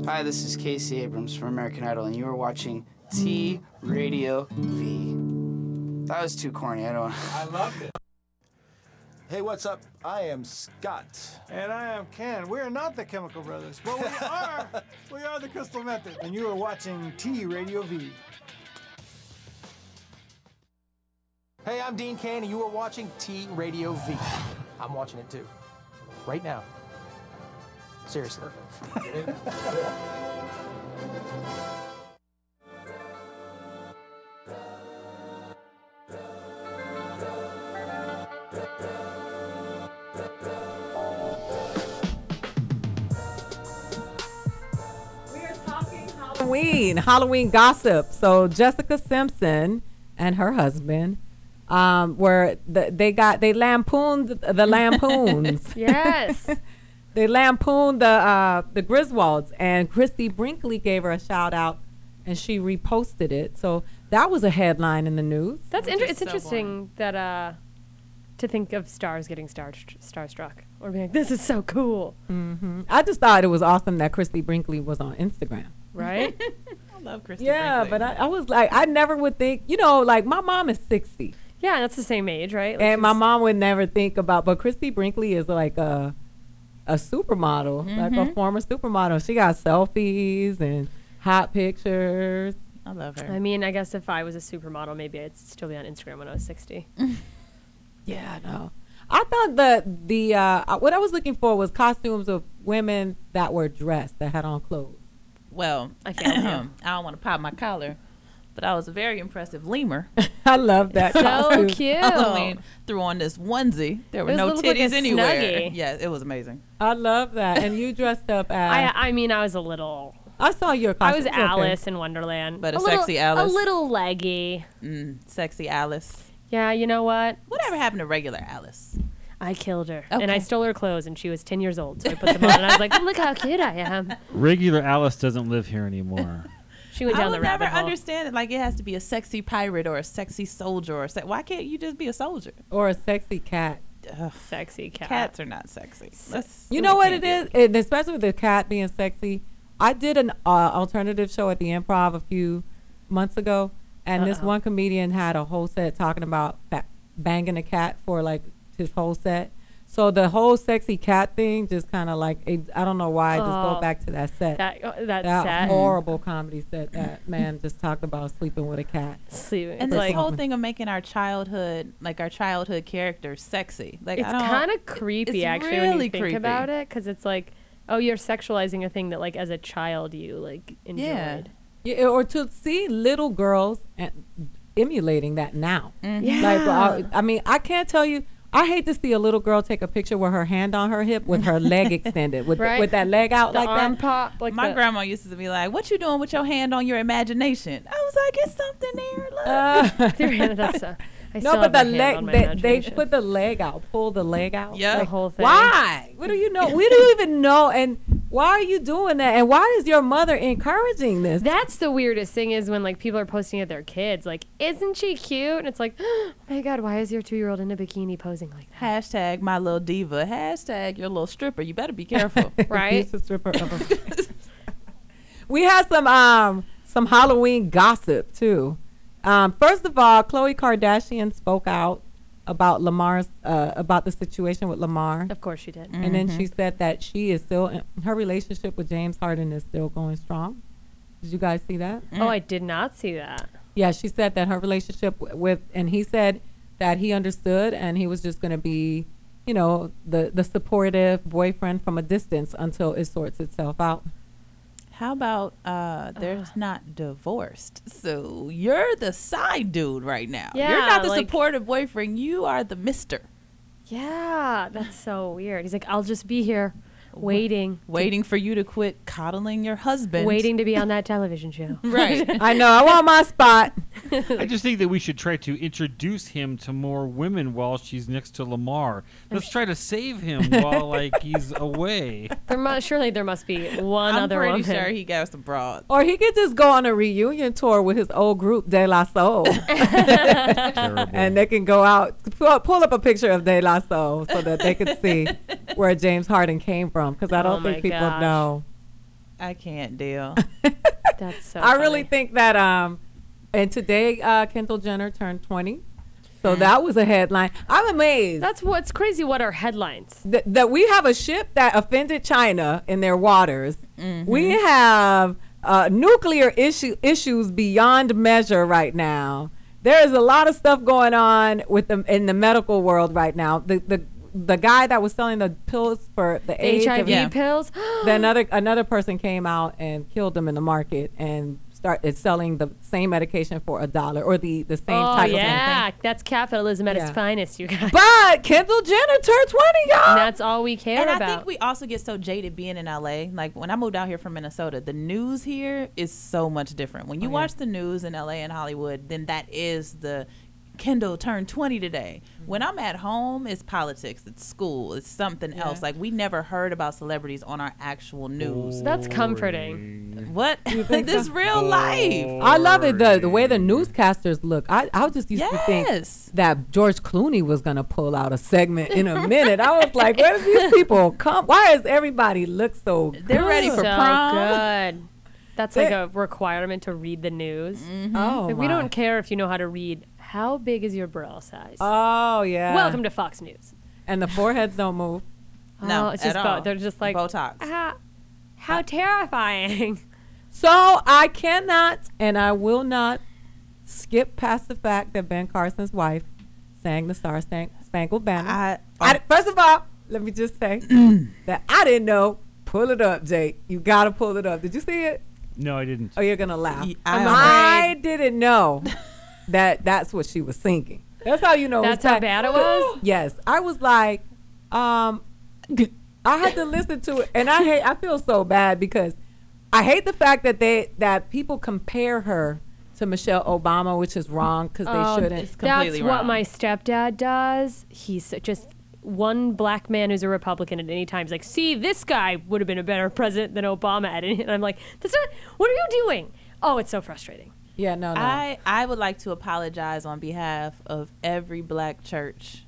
S18: hi, this is Casey Abrams from American Idol, and you are watching T Radio V. That was too corny. I don't.
S19: I loved it. Hey, what's up? I am Scott. And I am Ken. We are not the Chemical Brothers, but we [laughs] are. we are the Crystal Method. And you are watching T Radio V. Hey, I'm Dean Kane, and you are watching T Radio V. I'm watching it too, right now.
S18: Seriously.
S4: Halloween, Halloween gossip. So Jessica Simpson and her husband um, were the, they got they lampooned the lampoons.
S6: Yes.
S4: they lampooned the uh, the Griswolds, and Christy Brinkley gave her a shout out, and she reposted it. So that was a headline in the news.
S6: That's inter- it's
S4: so
S6: interesting that uh, to think of stars getting star starstruck or being like, this is so cool,
S4: hmm I just thought it was awesome that Christy Brinkley was on Instagram.
S8: [laughs]
S6: right?
S8: I love Christy.
S4: Yeah, but I, I was like, I never would think, you know, like my mom is 60.
S6: Yeah, that's the same age, right? Like
S4: and my
S6: she's-
S4: mom would never think about, but Christy Brinkley is like a a supermodel, like a
S6: Mhm.
S4: former supermodel. She got selfies and hot pictures.
S8: I love
S6: I mean, I guess if I was a supermodel, maybe I'd still be on Instagram when I was
S8: [laughs]
S6: sixty.
S4: yeah, I know. I thought the the uh, what I was looking for was costumes of women that were dressed that had on clothes.
S8: Well, I [clears throat] I don't want to pop my collar, but I was a very impressive lemur.
S4: I love that.
S6: [laughs]
S4: costume.
S8: Halloween threw on this onesie. There were
S6: It
S8: no
S6: looked like a
S8: titties anywhere.
S6: Snuggie.
S8: Yeah, it was amazing.
S4: I love that. And you dressed up as
S6: I I mean, I was a little.
S4: I, saw your
S6: I
S4: costume.
S6: was Alice in Wonderland,
S8: But a
S6: little-
S8: sexy Alice.
S6: a little leggy.
S8: Mm, sexy Alice.
S6: Yeah, you know what?
S8: Whatever happened to regular Alice?
S6: I killed her, and I stole her clothes, and she was ten years old. So I put them on, and I was like, "Look how cute I am."
S7: Regular Alice doesn't live here
S8: [laughs]
S7: anymore.
S6: She went
S8: I
S6: down
S8: would
S6: the rabbit
S8: never
S6: hole.
S8: understand it. Like it has to be a sexy pirate or a sexy soldier or se- why can't you just be a soldier?
S4: or a sexy cat.
S6: Sexy cat.
S8: Cats are not sexy. Let's-
S4: You
S8: we
S4: know what
S8: can't
S4: it
S8: do
S4: is, and especially with the cat being sexy. I did an uh, alternative show at the Improv a few months ago, and this
S6: Uh-oh.
S4: one comedian had a whole set talking about fa- banging a cat for like his whole set. So the whole sexy cat thing just kind of like it, I don't know why. I just go
S6: Oh,
S4: back to that set.
S6: that- uh, that set.
S4: horrible comedy set
S6: [clears throat]
S4: that man just talked about sleeping with a cat.
S6: Sleeping.
S8: And
S4: For
S8: this whole
S4: something.
S8: thing of making our childhood, like our childhood characters, sexy. Like
S6: it's
S8: I don't-
S6: kind
S8: it-
S6: of creepy
S8: it's
S6: actually
S8: really
S6: when you think
S8: creepy.
S6: about it because it's like oh you're sexualizing a thing that like as a child you like enjoyed
S4: Yeah. Yeah, or to see little girls and emulating that now.
S6: Mhm.
S4: Like,
S6: Yeah.
S4: I, I mean, I can't tell you. I hate to see a little girl take a picture with her hand on her hip with her leg extended, with
S8: Right.
S4: with that leg out
S8: The
S4: like [laughs]
S8: arm
S4: that.
S6: pop. Like
S8: My
S4: the-
S8: grandma used to be like, "What you doing with your hand on your imagination?" I was like, "It's something there." Look.
S6: Your [laughs] hand- that's a- I
S4: no,
S6: still
S4: but
S6: have
S4: the
S6: my hand on
S4: leg
S6: my
S4: they, they
S6: imagination.
S4: put the leg out, pull the leg out.
S6: Yeah. The whole thing.
S4: Why? What do you know? We don't even know. And why are you doing that? And why is your mother encouraging this?
S6: that's the weirdest thing is when like people are posting at their kids like isn't she cute and it's like oh my god why is your two-year-old in a bikini posing like [laughs] that
S8: Hashtag my little diva. Hashtag your little stripper. You better
S6: [laughs]
S8: be careful,
S6: Right?
S4: She's a stripper. [laughs] we had some um some Halloween gossip too. Um, first of all, Khloe Kardashian spoke out about Lamar's uh, about the situation with Lamar.
S6: Of course she did.
S4: And then
S6: Mhm.
S4: she said that she is still in, her relationship with James Harden is still going strong. Did you guys see that?
S6: oh i did not see that
S4: Yeah, she said that her relationship w- with, and he said that he understood and he was just going to be, you know, the, the supportive boyfriend from a distance until it sorts itself out.
S8: How about uh they're not divorced? So you're the side dude right now. you're
S6: Yeah,
S8: not the
S6: like-
S8: supportive boyfriend. You are the mister.
S6: yeah that's so weird he's like i'll just be here waiting
S8: Waiting for you to quit coddling your husband. [laughs]
S6: waiting to be on that television show [laughs]
S4: I know. I want my spot.
S7: I just think that we should try to introduce him to more women while she's next to Lamar. Let's try to save
S8: [laughs]
S7: him while like he's away.
S6: there must surely there must be one
S8: I'm
S6: other
S8: pretty
S6: woman
S8: sure he got some broad.
S4: [laughs] Or he could just go on a reunion tour with his old group, De La Soul. and they can go out, pull, pull up a picture of De La Soul so that they can see [laughs] where James Harden came from. Because I
S8: Oh
S4: don't
S8: my
S4: think people
S8: gosh.
S4: know.
S8: I can't deal.
S6: [laughs] That's so.
S4: I really think that, um, and today uh, Kendall Jenner turned 20. So that was a headline. I'm amazed.
S6: That's what's crazy. What are headlines?
S4: Th- that we have a ship that offended China in their waters.
S6: Mm-hmm.
S4: We have uh, nuclear issue issues beyond measure right now. There is a lot of stuff going on with the in the medical world right now. The the the guy that was selling the pills for the, AIDS
S6: HIV [gasps]
S4: everything,
S6: pills?
S4: then another another person came out and killed him in the market and started selling the same medication for a dollar or the the same
S6: oh,
S4: type of
S6: yeah. That's capitalism at
S4: Yeah.
S6: its finest, you guys.
S4: But Kendall Jenner turned 20, y'all.
S6: And that's all we care
S8: and
S6: about.
S8: I think we also get so jaded being in LA. Like when I moved out here from Minnesota, the news here is so much different. When you
S6: Oh, yeah.
S8: watch the news in LA and Hollywood, then that is the Kendall turned 20 today.
S6: Mm-hmm.
S8: When I'm at home, it's politics, it's school, it's something
S6: Yeah.
S8: else. Like we never heard about celebrities on our actual news.
S6: That's comforting.
S8: [laughs] What? like [laughs] this is real
S6: Oh.
S8: life.
S4: I love it the the way the newscasters look. I I just used to
S8: think
S4: that George Clooney was gonna pull out a segment in a minute. I was like, where do these people come? Why does everybody look so?
S6: They're ready for
S4: good?
S6: prom. good. That's like a requirement to read the news.
S4: Oh,
S6: Like, we
S4: my.
S6: don't care if you know how to read. How big is your brow size?
S4: Oh yeah.
S6: Welcome to Fox News.
S4: And the foreheads don't move.
S6: No, Oh, it's at just bo- all. they're just like-
S8: Botox.
S6: How, how terrifying.
S4: So I cannot and I will not skip past the fact that Ben Carson's wife sang the Star Spank- Spangled Banner. I, first of all, let me just say that I didn't know. Pull it up, Jake. You gotta pull it up. Did you see it?
S7: No, I didn't.
S4: Oh, you're gonna laugh.
S7: I'm
S4: I, didn't
S6: [laughs]
S4: know that that's what she was singing. That's how you know. it was
S6: That's how bad it was?
S4: [gasps] Yes, I was like, um, I had to listen to it, and I hate. I feel so bad because I hate the fact that they that people compare her to Michelle Obama, which is wrong because
S6: Oh,
S4: they shouldn't.
S6: That's what my stepdad does. He's so- just one black man who's a Republican at any time. He's like, see, this guy would have been a better president than Obama at any. And I'm like, that's not. What are you doing? Oh, it's so frustrating.
S4: Yeah, no, no.
S8: I, I would like to apologize on behalf of every black church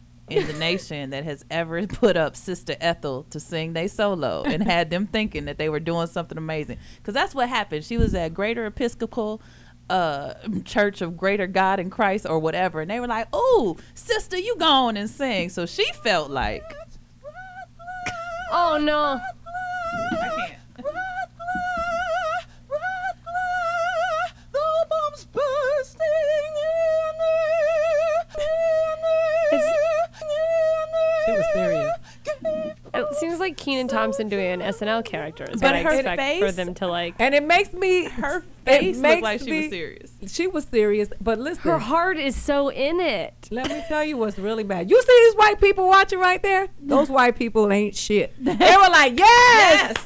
S4: [laughs]
S8: in the nation that has ever [laughs] put up Sister Ethel to sing they solo and had
S4: [laughs]
S8: them thinking that they were doing something amazing. Because that's what happened. She was at Greater Episcopal uh, Church of Greater God in Christ or whatever. And they were like, oh, sister, you go on and sing. So she felt like,
S6: oh, no.
S4: She was serious.
S6: It seems like Keenan Thompson doing an SNL character. Is
S4: But
S6: what I
S4: her
S6: expect
S4: face-
S6: for them to like.
S4: And it makes me
S8: her
S6: face looked like she was
S8: serious.
S4: She was serious, but listen,
S6: Her heart is so in it.
S4: Let me tell you what's really bad. You see these white people watching right there? Those white people ain't shit. They were like,
S8: [laughs]
S4: yes,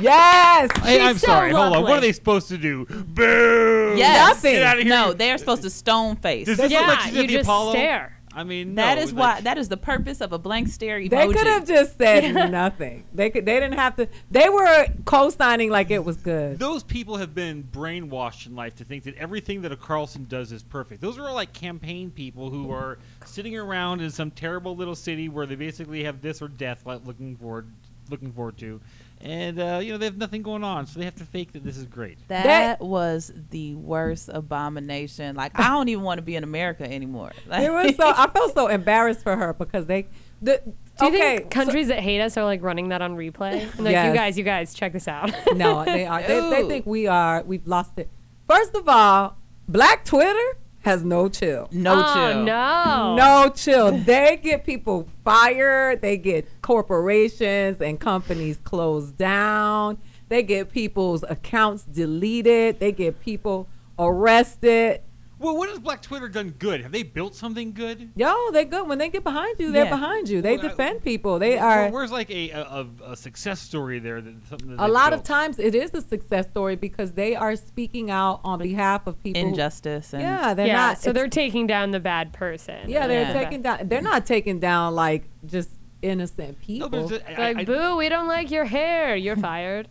S4: yes.
S7: Hey, I'm sorry. Hold on. What are they supposed to do? Boo!
S8: yes.
S7: Get out of here.
S8: No, they're supposed to stone face.
S7: Does this look like she's at the Apollo? I mean,
S8: That
S7: no,
S8: is
S7: like-
S8: why. that is the purpose of a blank stare emoji.
S4: They could have just said nothing. They could. They didn't have to. They were co-signing like it was good.
S7: Those people have been brainwashed in life to think that everything that a Carlson does is perfect. Those are all like campaign people who are sitting around in some terrible little city where they basically have this or death like looking forward looking forward to. And uh, you know, they have nothing going on, so they have to fake that this is great.
S8: That, was the worst abomination. Like I don't even want to be in America anymore. Like,
S4: It was so. I felt so embarrassed for her because they. The,
S6: Do you
S4: okay,
S6: think countries that hate us are like running that on replay? And like,
S4: Yes.
S6: you guys, you guys, check this out.
S4: No, they are. They, they think we are. We've lost it. First of all, Black Twitter has no chill.
S8: [laughs] No Oh, chill. no.
S4: No chill. They get people fired. They get corporations and companies closed down. They get people's accounts deleted. They get people arrested.
S7: Well, what has Black Twitter done good? Have they built something good?
S4: Yo, they good when they get behind you. They're
S7: Yeah.
S4: behind you. They
S7: Well, I-
S4: defend people. They
S7: Where-
S4: are.
S7: Where's like a a, a, a success story there? That something that
S4: a
S7: they've
S4: lot
S7: built?
S4: of times it is a success story because they are speaking out on behalf of people
S8: Injustice and-
S4: yeah they're
S6: Yeah,
S4: not
S6: So
S4: it's-
S6: they're taking down the bad person.
S4: yeah they're
S6: Yeah.
S4: taking down they're not taking down like just innocent people
S6: like, boo, we don't like your hair.
S8: [laughs]
S6: You're fired.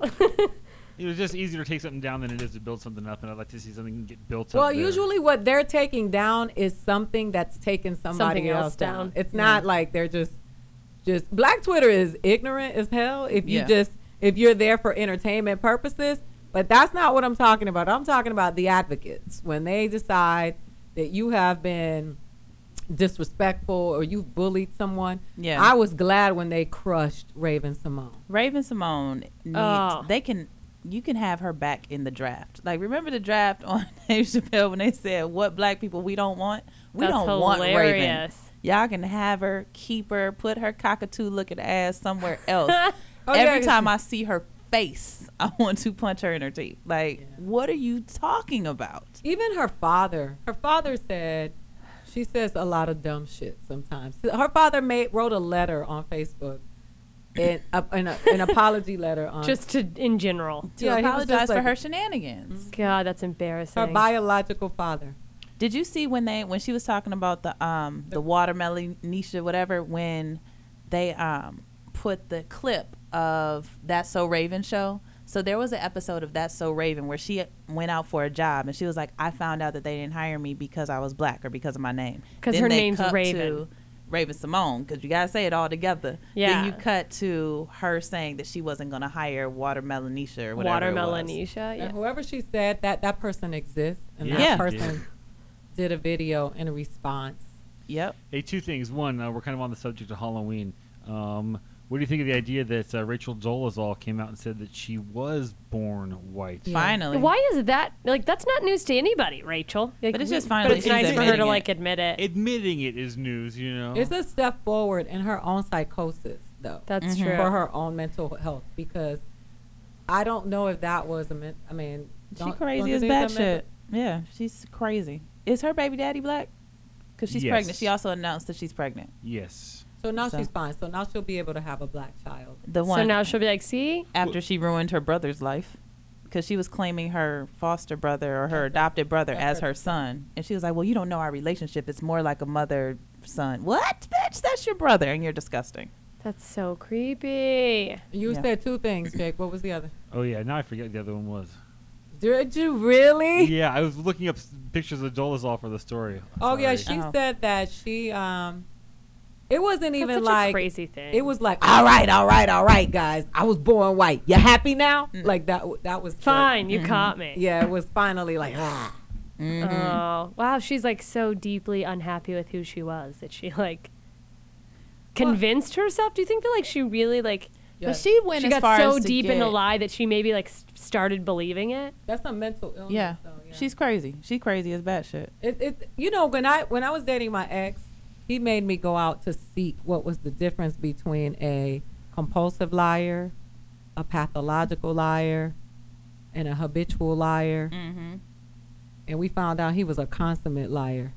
S7: It was just easier to take something down than it is to build something up, and I'd like to see something get built up.
S4: well
S7: there.
S4: usually what they're taking down is something that's taken somebody
S6: Something
S4: else,
S6: else
S4: down.
S6: down.
S4: it's
S6: Yeah.
S4: not like they're just just black twitter is ignorant as hell if you
S6: Yeah.
S4: just if you're there for entertainment purposes but that's not what i'm talking about i'm talking about the advocates when they decide that you have been disrespectful or you've bullied someone
S8: Yeah.
S4: i was glad when they crushed raven simone
S8: Raven Simone needs.
S4: Oh.
S8: They can. you can have her back in the draft. Like remember the draft [laughs] on Dave Chappelle when they said what black people we don't want? We
S6: That's
S8: don't want Raven.
S6: hilarious.
S8: Y'all can have her, keep her, put her cockatoo looking ass
S6: [laughs]
S8: somewhere else.
S6: Oh,
S8: Every
S6: yeah.
S8: time I see her face, [laughs] I want to punch her in her teeth. Like, what are you talking about?
S4: Even her father. Her father said she says a lot of dumb shit sometimes. Her father made wrote a letter on Facebook, and a, an, an apology letter on
S6: Just to in general.
S8: To apologize for her shenanigans.
S6: God, that's embarrassing.
S4: Her biological father.
S8: Did you see when they when she was talking about the um the watermelon Nisha whatever when they um put the clip of that so Raven show? So there was an episode of That's So Raven where she went out for a job and she was like, I found out that they didn't hire me because I was black or because of my name.
S6: 'Cause
S8: Then
S6: her
S8: they
S6: name's
S8: cut
S6: Raven.
S8: to Raven Simone because you gotta say it all together.
S6: Yeah.
S8: Then you cut to her saying that she wasn't gonna hire Watermelon Nisha or whatever. it was.
S4: And whoever she said that that person exists, and
S8: Yeah.
S4: that person did a video in response.
S8: Yep.
S7: Hey, two things. One, uh, we're kind of on the subject of Halloween. Um, what do you think of the idea that uh, Rachel Dolezal came out and said that she was born white?
S6: Why is that like that's not news to anybody, Rachel? Like,
S8: But it's just
S6: we-
S8: finally
S6: But it's
S8: she's
S6: nice for her to
S8: admitting it.
S6: like admit it.
S7: Admitting it is news, you
S8: Oh.
S7: know.
S4: It's a step forward in her own psychosis, though.
S6: That's Mhm. true.
S4: Mm-hmm. for her own mental health because I don't know if that was a. Men- I mean,
S8: She
S4: don't-
S8: crazy
S4: don't
S8: as
S4: you
S8: bad
S4: think that
S8: shit. Yeah, she's crazy. Is her baby daddy black? Because she's
S4: Yes.
S8: pregnant. She also announced that she's pregnant.
S7: Yes.
S4: So now
S8: So-
S4: she's fine. So now she'll be able to have a black child.
S8: The one.
S6: now she'll be like, see?
S8: After she ruined her brother's life. Because she was claiming her foster brother or her adopted brother as her son. And she was like, well, you don't know our relationship. It's more like a mother son. What, bitch? That's your brother. And you're disgusting.
S6: That's so creepy.
S4: You said two things, Jake. What was the other?
S7: Oh yeah, now I forget what the other one was.
S4: Did you really?
S7: Yeah, I was looking up s- pictures of Dolezal for the story.
S4: Oh yeah, she
S7: Sorry.
S4: said that she um it wasn't even
S6: such a
S4: like
S6: crazy thing.
S4: It was like all right, all right, all right, guys. I was born white. You happy now? Like that. w- That was
S6: Fine, you Mhm. caught me.
S4: Yeah, it was finally like ah.
S6: Oh wow, she's like so deeply unhappy with who she was that she like convinced herself. Do you think that like she really like?
S4: But she went as
S6: got
S4: far
S6: so
S4: as to
S6: deep in the
S4: get-
S6: lie that she maybe like s- started believing it.
S4: That's a mental illness.
S8: Yeah. She's crazy. She crazy as bad shit.
S4: It, it you know when I when I was dating my ex, he made me go out to seek what was the difference between a compulsive liar, a pathological liar, and a habitual liar.
S8: Mm-hmm.
S4: and we found out he was a consummate liar.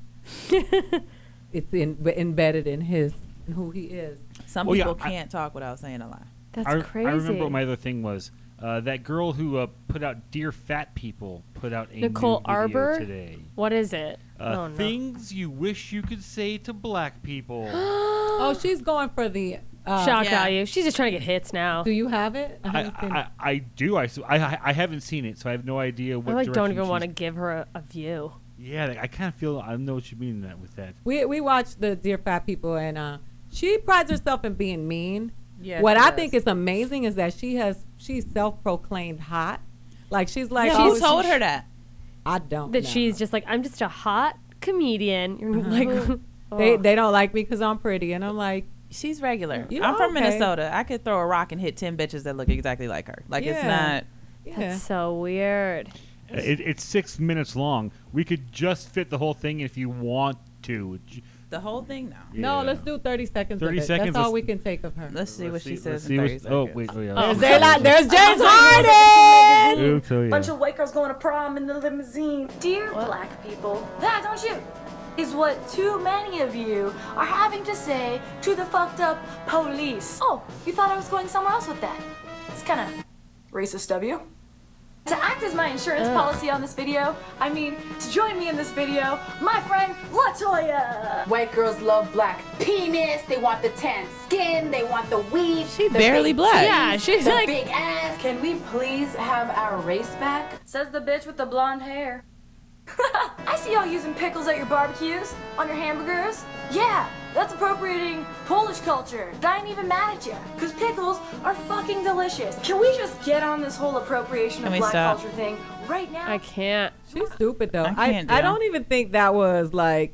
S4: it's in, b- embedded in his and who he is.
S8: Some
S7: Well, yeah,
S8: people
S7: I-
S8: can't talk without saying a lie.
S7: I, I remember what my other thing was. Uh, that girl who uh, put out "Dear Fat People" put out a
S6: Nicole
S7: new video
S6: Arbor.
S7: today.
S6: What is it?
S7: Uh,
S6: oh no.
S7: Things you wish you could say to black people. [gasps]
S4: oh, she's going for the uh,
S6: Shock value. She's just trying to get hits now.
S4: Do you have it?
S7: I, I, I do. I, s- I- I- I haven't seen it, so I have no idea what.
S6: I like don't
S7: direction
S6: even want to
S7: she's-
S6: give her a, a view.
S7: Yeah, like, I kind of feel. I know what you mean that with that.
S4: We we watched the Dear Fat People and uh, she prides herself in being mean.
S8: Yeah,
S4: what
S8: she
S4: I
S8: does.
S4: think is amazing is that she has she's self proclaimed hot. Like she's like
S6: Yeah,
S4: oh,
S6: who told her
S8: that?
S4: I don't.
S6: That
S4: know.
S6: she's just like, I'm just a hot comedian. You're like, [laughs]
S4: they
S6: oh.
S4: they don't like me because I'm pretty and I'm like
S8: she's regular.
S4: You
S8: I'm
S4: know,
S8: from
S4: okay.
S8: Minnesota. I could throw a rock and hit ten bitches that look exactly like her. Like it's not.
S6: That's so weird.
S7: Uh, It, it's six minutes long. We could just fit the whole thing if you want to. J-
S8: The whole thing now.
S4: No, let's do 30 seconds.
S7: 30
S4: of it.
S7: seconds,
S4: That's all
S7: let's-
S4: we can take of her.
S8: Let's see what she says.
S7: let's see what- oh wait, oh yeah.
S4: There's daylight. There's James
S7: Harden! Oops, oh, yeah.
S20: Bunch of white girls going to prom in the limousine. Dear black people, that don't you is what too many of you are having to say to the fucked up police. Oh, you thought I was going somewhere else with that? It's kind of racist of you. To act as my insurance
S21: Ugh.
S20: policy on this video, I mean, to join me in this video, my friend Latoya.
S21: White girls love black penis. They want the tan skin. They want the weave. She
S8: barely black. Yeah, she's
S21: the
S8: like-
S21: big ass. Can we please have our race back? Says the bitch with the blonde hair. I see y'all using pickles at your barbecues, on your hamburgers. Yeah, that's appropriating Polish culture. And I ain't even mad at you, cause pickles are fucking delicious. Can we just get on this whole appropriation
S4: Can
S21: of
S4: we
S21: black
S4: stop?
S21: culture thing right now?
S6: I can't.
S4: She's stupid though. I,
S21: can't,
S4: I
S21: yeah.
S4: don't even think that was like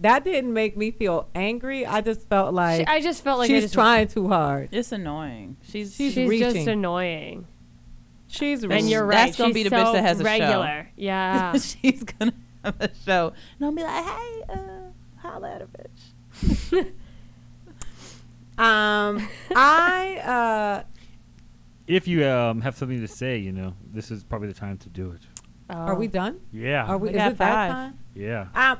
S4: that didn't make me feel angry. I just felt like
S6: I just felt like I
S4: she's
S6: just-
S4: trying too hard.
S8: It's annoying. She's
S4: She's
S6: just
S4: reaching.
S6: annoying. She's [laughs]
S8: That's-
S6: and you're right.
S8: That's gonna
S6: She's
S8: be the
S6: so
S8: bitch that has a
S6: regular.
S8: show. [laughs]
S6: Yeah. Oh,
S8: she's gonna have a show, and I'll be like, "Hey, uh, holla at a bitch."
S4: Um, I uh,
S7: If you um, have something to say, you know, this is probably the time to do it.
S4: uh, are we done?
S7: Yeah.
S4: Are we?
S7: We
S4: is
S7: got
S4: it that
S7: five.
S4: time?
S7: Yeah.
S4: Um,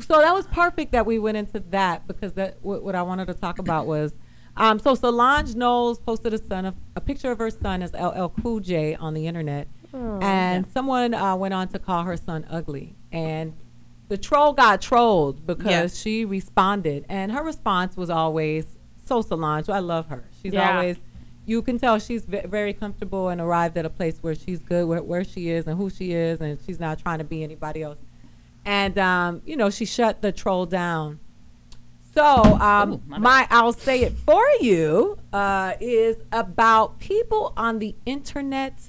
S4: so that was perfect that we went into that because that what, what I wanted to talk about was. Um, so Solange Knowles posted a son of a picture of her son as LL Cool J on the internet,
S2: Oh.
S4: and someone uh, went on to call her son ugly, and the troll got trolled because she responded, and her response was always so Solange. I love her. She's
S6: Yeah.
S4: always you can tell she's ve- very comfortable and arrived at a place where she's good where, where she is and who she is and she's not trying to be anybody else and um, you know she shut the troll down so um, my, i'll say it for you uh, is about people on the internet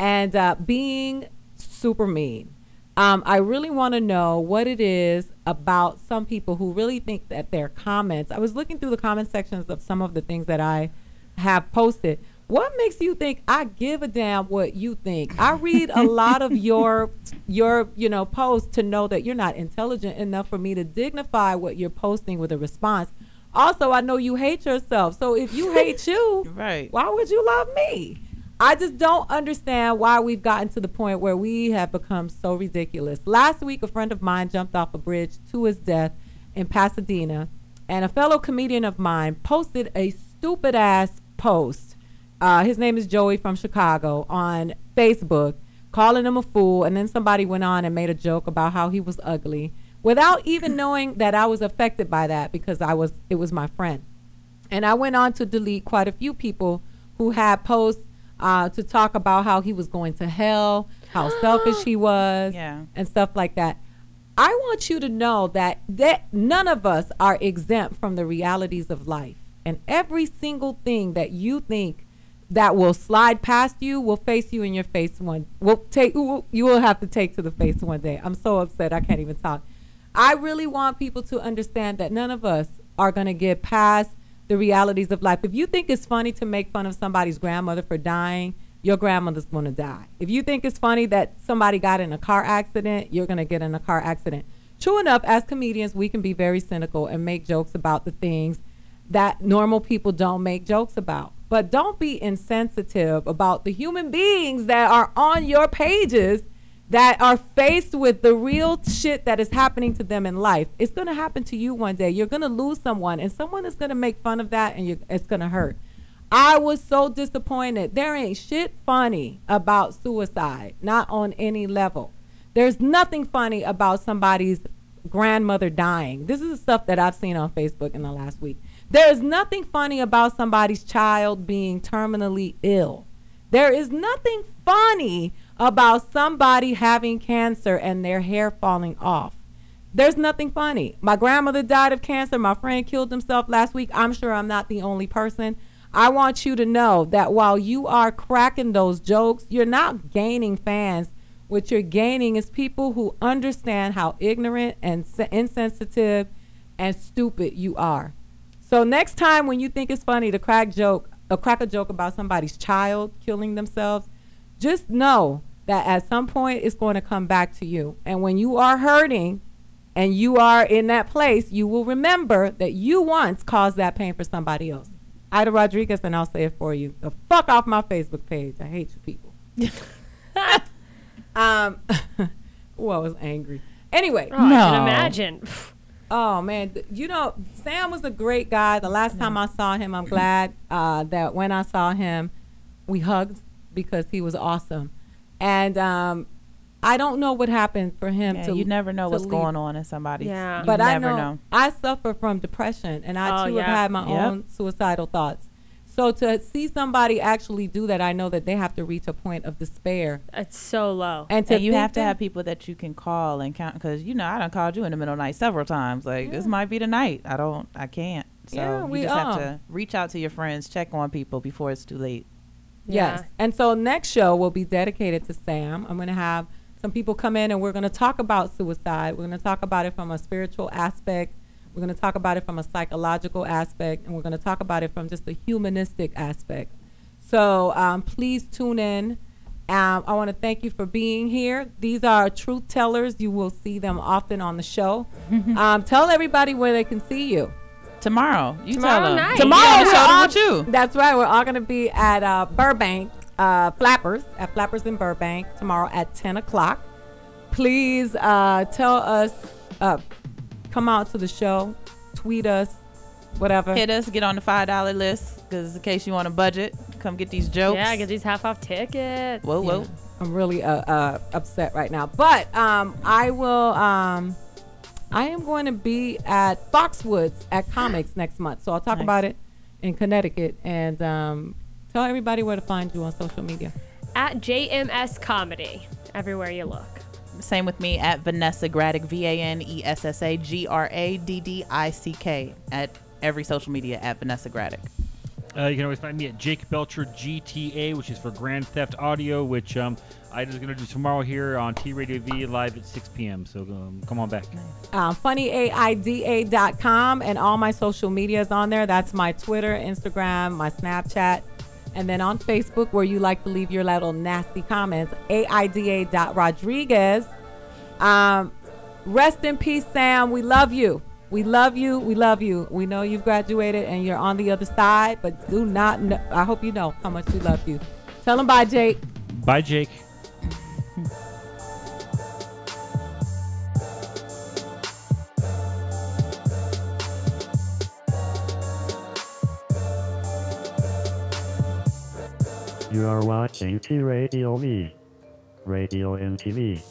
S4: and uh, being super mean um, i really want to know what it is about some people who really think that their comments i was looking through the comment sections of some of the things that i have posted. What makes you think I give a damn what you think? I read a lot of your your you know posts to know that you're not intelligent enough for me to dignify what you're posting with a response. Also, I know you hate yourself. So if you hate you,
S8: right.
S4: why would you love me? I just don't understand why we've gotten to the point where we have become so ridiculous. Last week, a friend of mine jumped off a bridge to his death in Pasadena, and a fellow comedian of mine posted a stupid ass post. Uh, his name is Joey from Chicago on Facebook, calling him a fool, and then somebody went on and made a joke about how he was ugly without even knowing that I was affected by that because I was it was my friend. And I went on to delete quite a few people who had posts uh, to talk about how he was going to hell, how selfish he was,
S8: Yeah.
S4: and stuff like that. I want you to know that that none of us are exempt from the realities of life, and every single thing that you think that will slide past you will face you in your face one will take you will have to take to the face one day. I'm so upset I can't even talk. I really want people to understand that none of us are going to get past the realities of life. If you think it's funny to make fun of somebody's grandmother for dying, your grandmother's going to die. If you think it's funny that somebody got in a car accident, you're going to get in a car accident. True enough, as comedians, we can be very cynical and make jokes about the things that normal people don't make jokes about. But don't be insensitive about the human beings that are on your pages that are faced with the real shit that is happening to them in life. It's going to happen to you one day. You're going to lose someone, and someone is going to make fun of that, and you it's going to hurt. I was so disappointed. There ain't shit funny about suicide, not on any level. There's nothing funny about somebody's grandmother dying. This is the stuff that I've seen on Facebook in the last week. There's nothing funny about somebody's child being terminally ill. There is nothing funny about somebody having cancer and their hair falling off. There's nothing funny. My grandmother died of cancer. My friend killed himself last week. I'm sure I'm not the only person. I want you to know that while you are cracking those jokes, you're not gaining fans. What you're gaining is people who understand how ignorant and s- insensitive and stupid you are. So next time when you think it's funny to crack joke, uh, crack a joke about somebody's child killing themselves, just know that at some point it's going to come back to you. And when you are hurting and you are in that place, you will remember that you once caused that pain for somebody else. Ida Rodriguez, and I'll say it for you. The fuck off my Facebook page. I hate you people. [laughs] um, [laughs] oh, I was angry. Anyway,
S6: Oh, I can No. imagine.
S4: Oh man, th- you know Sam was a great guy. The last time
S8: Mm-hmm.
S4: I saw him, I'm glad uh, that when I saw him, we hugged because he was awesome. And um, I don't know what happened for him.
S8: Yeah,
S4: to
S8: you never know
S4: to
S8: what's
S4: leave.
S8: going on in somebody's. you
S4: but I
S8: never
S4: know, I suffer from depression, and I
S8: Oh,
S4: too
S8: yeah.
S4: have had my
S8: Yep.
S4: own suicidal thoughts. So to see somebody actually do that, I know that they have to reach a point of despair.
S6: It's so low.
S4: And to
S8: you
S4: think
S8: have to
S4: that-
S8: have people that you can call and count because you know I done called you in the middle of the night several times. Like this might be the night. I don't. I can't. So
S4: Yeah, we
S8: you just
S4: are.
S8: have to reach out to your friends, check on people before it's too late.
S4: Yes. And so next show will be dedicated to Sam. I'm going to have some people come in and we're going to talk about suicide. We're going to talk about it from a spiritual aspect. We're going to talk about it from a psychological aspect. And we're going to talk about it from just a humanistic aspect. So um, please tune in. Um, I want to thank you for being here. These are truth tellers. You will see them often on the show. um, tell everybody where they can see you.
S8: Tomorrow. You tell Tomorrow them. night.
S4: Tomorrow.
S8: You gotta
S4: we're
S8: show them
S4: all-
S8: what you.
S4: That's right. We're all going to be at uh, Burbank, uh, Flappers, at Flappers in Burbank tomorrow at 10 o'clock. Please uh, tell us, uh, come out to the show, tweet us, whatever.
S8: Hit us, get on the five dollar list, cause in case you want a budget, come get these jokes.
S6: Yeah, get these half off tickets.
S8: Whoa, whoa.
S4: I'm really uh, uh, upset right now. But um, I will. Um, I am going to be at Foxwoods
S8: [gasps]
S4: at Comics next month, so I'll talk about it in Connecticut and um, tell everybody where to find you on social media.
S6: At JMS Comedy, everywhere you look.
S8: Same with me at Vanessa Gradick, V A N E S S A G R A D D I C K at every social media at Vanessa Gradick.
S7: Uh, you can always find me at Jake Belcher GTA, which is for Grand Theft Audio, which um, I is going to do tomorrow here on T Radio V live at 6 p.m. So um, come on back.
S4: Um, funnyaida.com and all my social media is on there. That's my Twitter, Instagram, my Snapchat, and then on Facebook where you like to leave your little nasty comments. AIDA.Rodriguez. Um, rest in peace, Sam. We love you. We love you. We love you. We know you've graduated and you're on the other side, but do not. Know, I hope you know how much we love you. Tell them bye, Jake.
S7: Bye, Jake.
S1: You are watching T Radio V. Radio and TV.